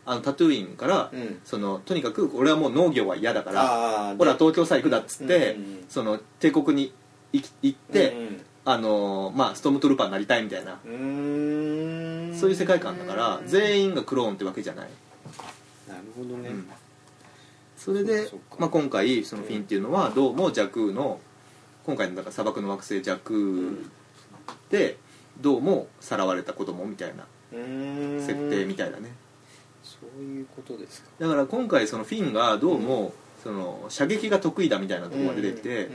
Speaker 1: あのタトゥーインから、
Speaker 2: うん
Speaker 1: そのとにかく俺はもう農業は嫌だから
Speaker 2: あー
Speaker 1: ほら東京さ行くだっつって、
Speaker 2: うんうんうん
Speaker 1: その帝国に行き行って、
Speaker 2: うん
Speaker 1: あのーまあ、ストームトルーパーになりたいみたいな、
Speaker 2: うんうーん
Speaker 1: そういう世界観だから全員がクローンってわけじゃない、
Speaker 2: なるほどね、
Speaker 1: うんそれで
Speaker 2: そうか
Speaker 1: まあ、今回そのフィンっていうのはどうもジャクーの今回のだから砂漠の惑星ジャクーでどうもさらわれた子供みたいな
Speaker 2: うーん
Speaker 1: 設定みたいだね
Speaker 2: そういうことですか
Speaker 1: だから今回そのフィンがどうもその射撃が得意だみたいなところが出てきて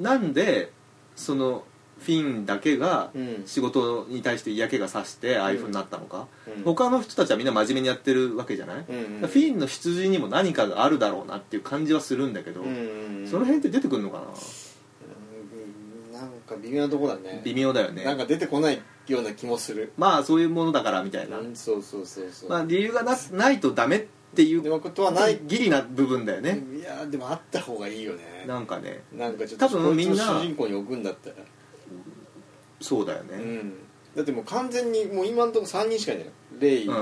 Speaker 1: なんでそのフィンだけが
Speaker 2: うんうんうん
Speaker 1: 仕事に対して嫌気がさしてああいうふうになったのか
Speaker 2: うん
Speaker 1: 他の人たちはみんな真面目にやってるわけじゃない
Speaker 2: うんうん
Speaker 1: フィンの出自にも何かがあるだろうなっていう感じはするんだけど、
Speaker 2: うんうん
Speaker 1: その辺って出てくるのか
Speaker 2: うんなんか微妙なとこだ
Speaker 1: な
Speaker 2: ね
Speaker 1: 微妙だよ
Speaker 2: なん
Speaker 1: ね
Speaker 2: か出てこないような気もする
Speaker 1: まあそういうものだからみたいな、
Speaker 2: うんそうそうそうそう、
Speaker 1: まあ、理由がなないとダメってい
Speaker 2: で
Speaker 1: う
Speaker 2: もことはない、
Speaker 1: ギリな部分だよね、
Speaker 2: いやーでもあった方がいいよね
Speaker 1: なんかね
Speaker 2: なんかちょっと
Speaker 1: 多分
Speaker 2: こいつ
Speaker 1: みんな
Speaker 2: を主人公に置くんだったら
Speaker 1: そうだよ
Speaker 2: う
Speaker 1: ね、
Speaker 2: んだってもう完全にもう今のところ3人しかいないレイに、
Speaker 1: うん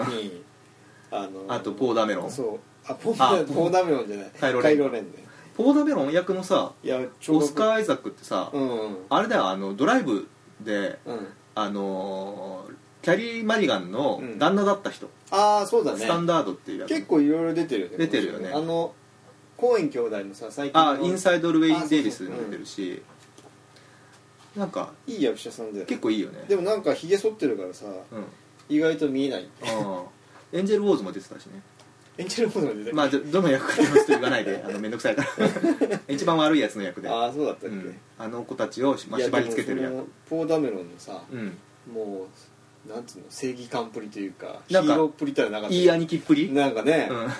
Speaker 2: あの
Speaker 1: あとポーダメロン
Speaker 2: そうあポ
Speaker 1: あ
Speaker 2: ーダポーダメロンじゃない
Speaker 1: カイロレン
Speaker 2: レンね
Speaker 1: ポーダメロン役のさ
Speaker 2: いや
Speaker 1: オスカー・
Speaker 2: ー
Speaker 1: アイザックってさ、
Speaker 2: うんうん
Speaker 1: あれだよあのドライブで
Speaker 2: うん
Speaker 1: あのーキャリー・マリガンの
Speaker 2: うん
Speaker 1: 旦那だった人、
Speaker 2: ああそうだ
Speaker 1: スタン
Speaker 2: ね
Speaker 1: ダードっていうやつ
Speaker 2: 結構いろいろ出てるよね
Speaker 1: 出てるよね
Speaker 2: あのコーエン兄弟のさ最近の
Speaker 1: あインサイド・ルウ
Speaker 2: あ
Speaker 1: ェイ・
Speaker 2: そうそう
Speaker 1: デイビスに出てるしなんか
Speaker 2: いい役者さんだよね
Speaker 1: 結構いいよね
Speaker 2: でもなんかひげ剃ってるからさ
Speaker 1: うん
Speaker 2: 意外と見えない
Speaker 1: ああエンジェルウォーズも出てたしね
Speaker 2: エンジェルボードが出て
Speaker 1: まあどどの役かと言わないであの面倒くさいから 一番悪いやつの役で
Speaker 2: ああそうだったっけ、
Speaker 1: うんあの子たちを、まあ、
Speaker 2: いや
Speaker 1: 縛り付けてる
Speaker 2: で
Speaker 1: や
Speaker 2: も
Speaker 1: つ
Speaker 2: そのポーダメロンのさ、
Speaker 1: うん
Speaker 2: もうなんつうの正義感っぷりというか
Speaker 1: なん
Speaker 2: ヒ
Speaker 1: か
Speaker 2: ーローっぷりとはなかった
Speaker 1: いい兄貴っぷり、うん、だ
Speaker 2: なんかね、
Speaker 1: か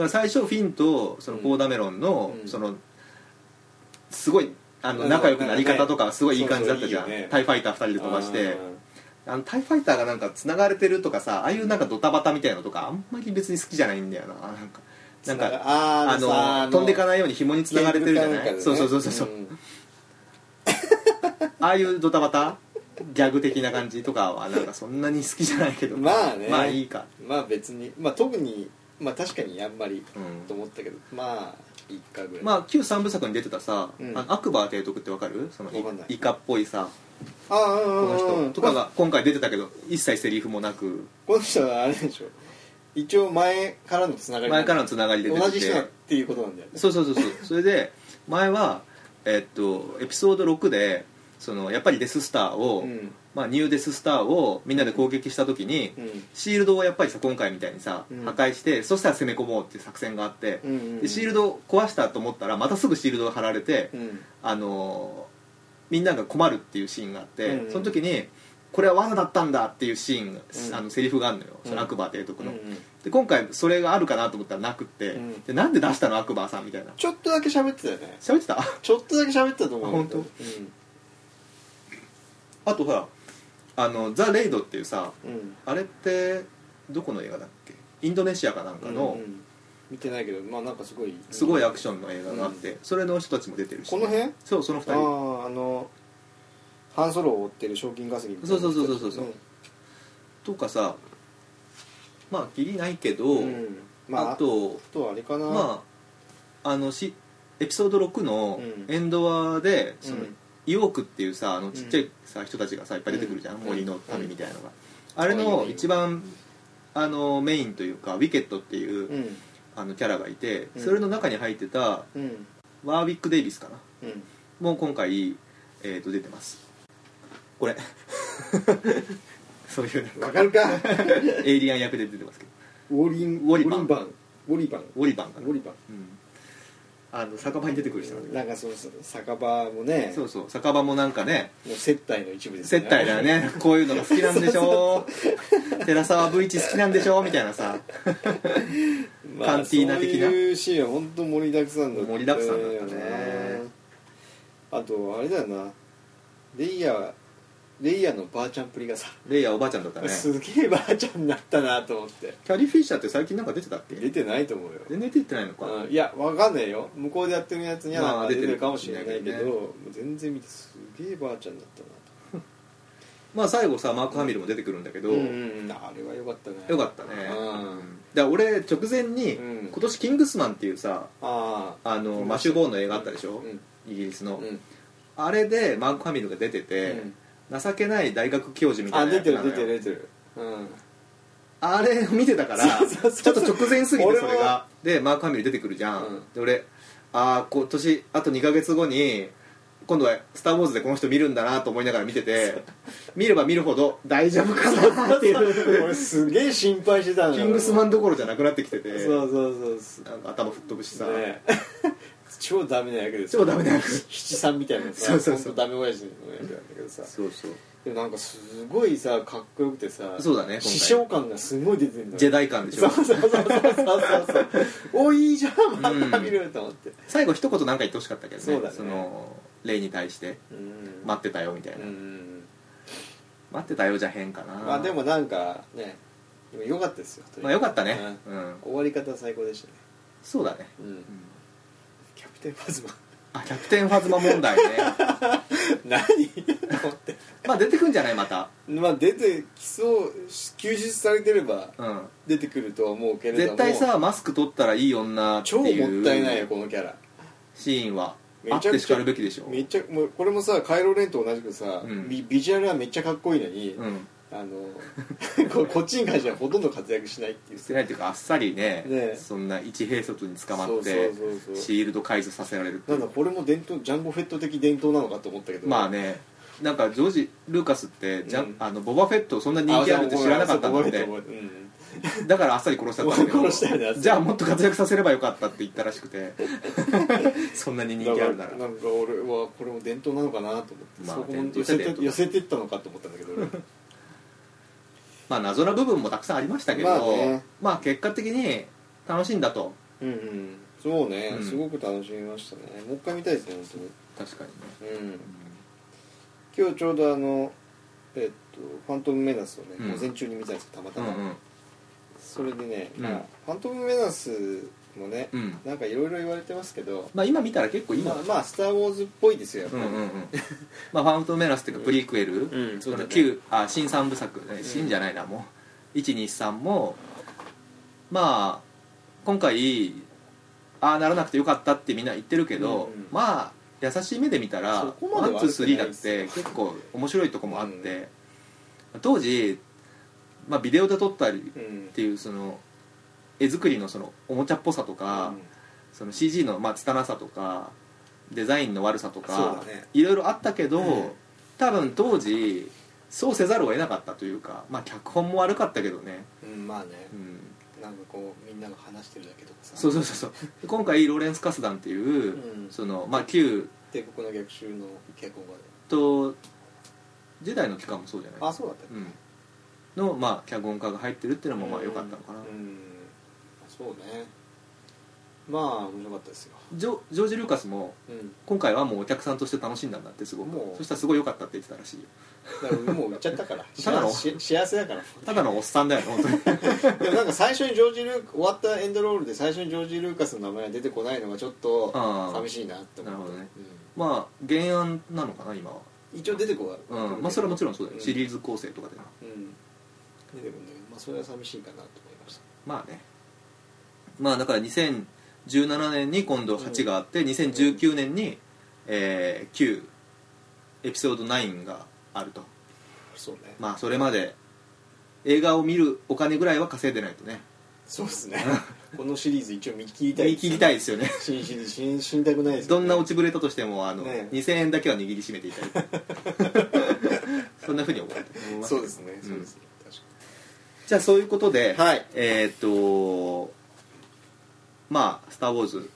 Speaker 1: ら最初フィンとその
Speaker 2: うん
Speaker 1: ポーダメロンの、
Speaker 2: うん
Speaker 1: そのすごいあ
Speaker 2: う
Speaker 1: の
Speaker 2: ん
Speaker 1: 仲良くなり方とかすごいいい
Speaker 2: そうそ
Speaker 1: 感
Speaker 2: う
Speaker 1: じだったじゃん
Speaker 2: いいよね
Speaker 1: タイファイター2人で飛ばしてあのタイファイターがなんか繋がれてるとかさああいうなんかドタバタみたいなのとかあんまり別に好きじゃないんだよななんかなんか
Speaker 2: あー
Speaker 1: あ
Speaker 2: あのさあ
Speaker 1: の飛んでかないように紐につながれてるじゃない、
Speaker 2: ゲームかんかでね
Speaker 1: そうそうそうそうそう、
Speaker 2: ん
Speaker 1: ああいうドタバタギャグ的な感じとかはなんかそんなに好きじゃないけど
Speaker 2: まあね
Speaker 1: まあいいか
Speaker 2: まあ別にまあ特にまあ確かにあんまり
Speaker 1: うん
Speaker 2: と思ったけど、まあ一回ぐらい、
Speaker 1: まあ旧三部作に出てたさ、
Speaker 2: うん
Speaker 1: あのアクバー提督ってわかるその
Speaker 2: わかんない
Speaker 1: イカっぽいさ
Speaker 2: ああうん
Speaker 1: こ
Speaker 2: うん
Speaker 1: の
Speaker 2: うん
Speaker 1: 人とかが今回出てたけど一切セリフもなく
Speaker 2: この人はあれでしょ一応前からのつながり
Speaker 1: 前からのつながりで出
Speaker 2: 同
Speaker 1: て
Speaker 2: じ
Speaker 1: て
Speaker 2: 人だっていうことなんだよね
Speaker 1: そうそうそうそうそれで前はえっとエピソード6でそのやっぱりデススターを、
Speaker 2: ん
Speaker 1: まあ、ニューデススターをみんなで攻撃した時に、
Speaker 2: うん
Speaker 1: シールドをやっぱりさ今回みたいにさ、
Speaker 2: うん
Speaker 1: 破壊してそしたら攻め込もうっていう作戦があって、
Speaker 2: うんうん
Speaker 1: でシールドを壊したと思ったらまたすぐシールドが貼られて、
Speaker 2: うん
Speaker 1: あのーみんなが困るっていうシーンがあって、
Speaker 2: うんうん
Speaker 1: その時に「これは罠だったんだ」っていうシーンが、
Speaker 2: うん
Speaker 1: あのセリフがあるのよ、
Speaker 2: うん
Speaker 1: そのアクバー提督
Speaker 2: うん
Speaker 1: の、
Speaker 2: うん
Speaker 1: で今回それがあるかなと思ったらなくって、
Speaker 2: うん
Speaker 1: でなんで出したのアクバーさんみたいな
Speaker 2: ちょっとだけ喋ってたよね
Speaker 1: 喋ってた
Speaker 2: ちょっとだけ喋ってたと思うんだけど
Speaker 1: あ あとほらあの「ザ・レイド」っていうさ
Speaker 2: うんうん
Speaker 1: あれってどこの映画だっけインドネシアかなんかの、
Speaker 2: うんうん見てないけどまあなんかすごい
Speaker 1: すごいアクションの映画があって、それの人たちも出てるし、
Speaker 2: この辺
Speaker 1: そうその2
Speaker 2: あ
Speaker 1: 人
Speaker 2: ああのハンソロを追ってる賞金稼ぎみたいな
Speaker 1: そうそうそうそうそうとかさまあきりないけど、
Speaker 2: うんうんまあ
Speaker 1: あ
Speaker 2: あと
Speaker 1: と
Speaker 2: あれかな
Speaker 1: まああのしエピソード6の
Speaker 2: うん
Speaker 1: エンドワで、その
Speaker 2: うん
Speaker 1: イオークっていうさあのちっちゃいさ、人たちがさいっぱい出てくるじゃん、
Speaker 2: うん
Speaker 1: 森の民みたいなのが、
Speaker 2: ん
Speaker 1: あれの
Speaker 2: うん
Speaker 1: 一番あのメインというかウィケットっていう、
Speaker 2: うん
Speaker 1: あのキャラがいて
Speaker 2: うん
Speaker 1: それの中に入ってた
Speaker 2: うん
Speaker 1: ワービック・デイビスかな
Speaker 2: うん
Speaker 1: もう今回、えー、と出てますこれ そういうなんか
Speaker 2: わかるか
Speaker 1: エイリアン役で出てますけど
Speaker 2: ウォリン
Speaker 1: ウォリバン
Speaker 2: ウォリバンウ
Speaker 1: ウォリバンが、
Speaker 2: ォリバン
Speaker 1: うん、あの酒場に出てくる人なんだけ
Speaker 2: なんかその酒場もね
Speaker 1: どそうそう酒場もなんかね
Speaker 2: もう接待の一部です
Speaker 1: 接
Speaker 2: よ
Speaker 1: 待だよねこういうのが好きなんでしょ寺澤 V 一好きなんでしょみたいなさカンティーナ的な
Speaker 2: そういうシーンは本当盛りだくさんだ
Speaker 1: 盛りだくさんだったね
Speaker 2: あとあれだよなレイヤーレイヤーのばあちゃんっぷりがさ、
Speaker 1: レイヤーおばあちゃんだったねキ
Speaker 2: すげえばあちゃんになったなと思って
Speaker 1: ャリー・フィッシャーって最近なんか出てたっけ
Speaker 2: 出てないと思うよ
Speaker 1: 全然出てないのか、
Speaker 2: うんいやわかんねえよ向こうでやってるやつには
Speaker 1: まあ
Speaker 2: なんか出てるかもしれないけ
Speaker 1: 出
Speaker 2: ど、
Speaker 1: てるかもしれないけどね
Speaker 2: もう全然見てすげえばあちゃんだったな
Speaker 1: まあ最後さマーク・ハミルも出てくるんだけど、
Speaker 2: と、うんあれは良かったね
Speaker 1: よかったね、
Speaker 2: うん
Speaker 1: だから俺直前に、
Speaker 2: うん
Speaker 1: 今年「キングスマン」っていうさ
Speaker 2: ああ
Speaker 1: あのマシュ・ボーンの映画あったでしょ、
Speaker 2: うん
Speaker 1: イギリスの、
Speaker 2: うん
Speaker 1: あれでマーク・ハミルが出てて、情けない大学教授みた
Speaker 2: あ
Speaker 1: いな
Speaker 2: 出て
Speaker 1: な
Speaker 2: る
Speaker 1: の
Speaker 2: 出
Speaker 1: よ
Speaker 2: てる出てるうん
Speaker 1: あれを見てたから
Speaker 2: そうそう
Speaker 1: ちょ
Speaker 2: そう
Speaker 1: っと直前すぎて
Speaker 2: 俺
Speaker 1: そ
Speaker 2: も
Speaker 1: れがでマーク・ハミル出てくるじゃん、
Speaker 2: うん
Speaker 1: で俺ああ今年あと2ヶ月後に今度は「スター・ウォーズ」でこの人見るんだなと思いながら見てて見れば見るほど大丈夫かなっていう
Speaker 2: 俺すげえ心配してたのよ
Speaker 1: キングスマンどころじゃなくなってきてて
Speaker 2: そうそうそうす
Speaker 1: なんか頭吹っ飛ぶしさ、
Speaker 2: ねえ 超ダメな役です
Speaker 1: 超ダメな役
Speaker 2: 七三みたいなさ
Speaker 1: そうそうそう
Speaker 2: ほんとダメ親父の役なんだけどさ
Speaker 1: そうそう
Speaker 2: でもなんかすごいさかっこよくてさ
Speaker 1: そうだね今回
Speaker 2: 師匠感がすごい出てるんだよ
Speaker 1: ジェダイ感でし
Speaker 2: そ
Speaker 1: ょ
Speaker 2: うそうそうそうそうそうおいいじゃんまた見ると思って
Speaker 1: 最後一言なんか言ってほしかったけどね
Speaker 2: そうだね
Speaker 1: のレイに対して
Speaker 2: うん
Speaker 1: 「待ってたよ」みたいな「
Speaker 2: うん
Speaker 1: 待ってたよ」じゃへんかな
Speaker 2: まあでもなんかねでも良かったですよ
Speaker 1: まあよかったね、うん、
Speaker 2: 終わり方最高でしたね
Speaker 1: そうだね、
Speaker 2: うん
Speaker 1: うん
Speaker 2: キャプテンパズマ
Speaker 1: あキャプテンファズマ問題 ね
Speaker 2: 何と思って
Speaker 1: まあ出てくんじゃないまた
Speaker 2: まあ出てきそう休日されてれば
Speaker 1: うん
Speaker 2: 出てくるとは思うけれども
Speaker 1: 絶対さマスク取ったらいい女って
Speaker 2: 超も
Speaker 1: いう
Speaker 2: ったいないよこのキャラ
Speaker 1: シーンは
Speaker 2: めち
Speaker 1: あ
Speaker 2: ゃ
Speaker 1: っ
Speaker 2: くちゃ
Speaker 1: てしかるべきでしょ
Speaker 2: めっちゃもうこれもさカイロレンと同じくさ、
Speaker 1: うん
Speaker 2: ビビジュアルはめっちゃかっこいいのに、
Speaker 1: うん
Speaker 2: あの ここっちに関してはほとんど活躍しないっていう
Speaker 1: してないっていうかあっさりね
Speaker 2: ねえ
Speaker 1: そんな一兵卒に捕まって
Speaker 2: そうそうそうそう
Speaker 1: シールド解除させられるってい
Speaker 2: な
Speaker 1: うん
Speaker 2: だこれも伝統ジャンボフェット的伝統なのかと思ったけど
Speaker 1: まあねなんかジョージ・ルーカスってじゃ、
Speaker 2: うん
Speaker 1: あのボバフェットそんな人気あるって知らなかったんだっ
Speaker 2: あ
Speaker 1: て
Speaker 2: そうボバフェット覚えてるうん
Speaker 1: だからあっさり殺しちゃったんだけど
Speaker 2: 殺したよねあっさり
Speaker 1: じゃあもっと活躍させればよかったって言ったらしく て そんなに人気あるなら
Speaker 2: だからなんか俺はこれも伝統なのかなと思って、
Speaker 1: まあ
Speaker 2: そこ
Speaker 1: 伝
Speaker 2: も
Speaker 1: 統
Speaker 2: 寄せて
Speaker 1: 伝統
Speaker 2: 寄せてったのかと思ったんだけど俺
Speaker 1: まあ謎な部分もたくさんありましたけど、
Speaker 2: ま
Speaker 1: ま
Speaker 2: あ
Speaker 1: あ
Speaker 2: ね
Speaker 1: 結果的に楽しんだと
Speaker 2: うんうんそうね、
Speaker 1: うん
Speaker 2: すごく楽しみましたねもう一回見たいですね本
Speaker 1: 確かにね、
Speaker 2: 当にうん今日ちょうどあのえっと「ファントム・メナス」をね、
Speaker 1: うん
Speaker 2: 午前中に見たんですけどたまた
Speaker 1: うん、う
Speaker 2: ま、
Speaker 1: んうん
Speaker 2: それでね、
Speaker 1: うん
Speaker 2: まあファントム・メナス」もね、
Speaker 1: うん
Speaker 2: なんかいろいろ言われてますけど、
Speaker 1: まあ今見たら結構いいな
Speaker 2: まあ、まあスター・ウォーズ」っぽいですよやっ
Speaker 1: う
Speaker 2: ぱ
Speaker 1: ん
Speaker 2: り、
Speaker 1: うんうんまあファントムメラスっていうかプリクエル、
Speaker 2: うんそうだね
Speaker 1: 旧あ新三部作ね新じゃないなもう123もまあ今回ああならなくてよかったってみんな言ってるけど、
Speaker 2: うんうん
Speaker 1: まあ優しい目で見たら
Speaker 2: そこま
Speaker 1: ワ
Speaker 2: で
Speaker 1: ン
Speaker 2: は
Speaker 1: ツースリーだっ
Speaker 2: 悪くない
Speaker 1: て
Speaker 2: です
Speaker 1: 結構面白いとこもあって、当時、まあ、ビデオで撮ったり
Speaker 2: うん
Speaker 1: っていうその絵作りのそのおもちゃっぽさとか、その CG のまあ拙さとかデザインの悪さと
Speaker 2: そ
Speaker 1: か、
Speaker 2: うだね
Speaker 1: いろいろあったけど、
Speaker 2: うん
Speaker 1: 多分当時そうせざるを得なかったというかまあ脚本も悪かったけどね、
Speaker 2: うんうんまあね、
Speaker 1: うん、
Speaker 2: なんかこうみんなが話してるだけとかさ
Speaker 1: そうそうそうそう今回ローレンス・カスダンっていう、
Speaker 2: うん
Speaker 1: そのまあ旧
Speaker 2: 帝国の逆襲の脚本が
Speaker 1: と時代の期間もそうじゃない
Speaker 2: あそうだったっけ
Speaker 1: うん、のまあ脚本家が入ってるっていうのもまあ良かったのかな、
Speaker 2: うんそうねまあ面白かったですよ、
Speaker 1: ジョジョージ・ルーカスも
Speaker 2: うん、
Speaker 1: 今回はもうお客さんとして楽しんだんだってすご
Speaker 2: も
Speaker 1: く
Speaker 2: う
Speaker 1: そしたらすごい良かったって言ってたらしいよ
Speaker 2: だからもう売っちゃったから
Speaker 1: ただの
Speaker 2: 幸せ幸せだから
Speaker 1: ただのおっさんだよね本当に
Speaker 2: でもなんか最初にジョージ・ルー終わったエンドロールで最初にジョージ・ルーカスの名前が出てこないのがちょっと
Speaker 1: あー
Speaker 2: 寂しいなって思って
Speaker 1: なるほどねまあ原案なのかな今は、
Speaker 2: うん一応出てこ
Speaker 1: う
Speaker 2: は、
Speaker 1: んまあ、それはもちろんそうだよ、
Speaker 2: うん
Speaker 1: シリーズ構成とかでな
Speaker 2: うん出てこないけどまあそれは寂しいかなと思いまし
Speaker 1: まあねまあだから2017年に今度8があって、2019年に、えー9エピソード9があると
Speaker 2: たそうね
Speaker 1: まあそれまで映画を見るお金ぐらいは稼いでないとね
Speaker 2: そうで すねこのシリーズ一応見切りたい
Speaker 1: 見切りたいですよね
Speaker 2: 新シリーズ新死にたくないですよ
Speaker 1: ど
Speaker 2: ね
Speaker 1: んな落ちぶれたとしてもあの、
Speaker 2: ね
Speaker 1: 2000円だけは握りしめてい たいそんなふうに思ってます
Speaker 2: そうですね
Speaker 1: ん
Speaker 2: そうですね、確か
Speaker 1: じゃあそういうことで、
Speaker 2: はい
Speaker 1: えーっとまあ「スター・ウォーズ」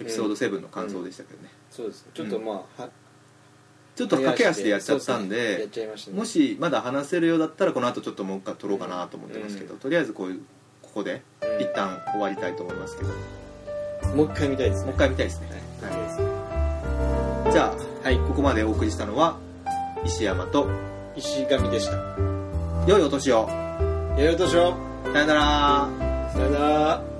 Speaker 1: エピソード7の感想でしたけどね、
Speaker 2: にそうですねちょっとまあ、は
Speaker 1: ちょっと駆け足でやっちゃったん
Speaker 2: そうすねや
Speaker 1: で
Speaker 2: っちゃいましたね
Speaker 1: もしまだ話せるようだったらこの後ちょっともう一回撮ろうかなと思ってますけど、とりあえずこういうここで
Speaker 2: うん
Speaker 1: 一旦終わりたいと思いますけど、も
Speaker 2: もう一回見たいです
Speaker 1: う
Speaker 2: ね
Speaker 1: 一回見たいですね、
Speaker 2: はい見たいですね
Speaker 1: じゃあ、はい、ここまでお送りしたのは石山と
Speaker 2: 石神でした
Speaker 1: 良いお年を
Speaker 2: やりましょ
Speaker 1: さよなら
Speaker 2: うさよなら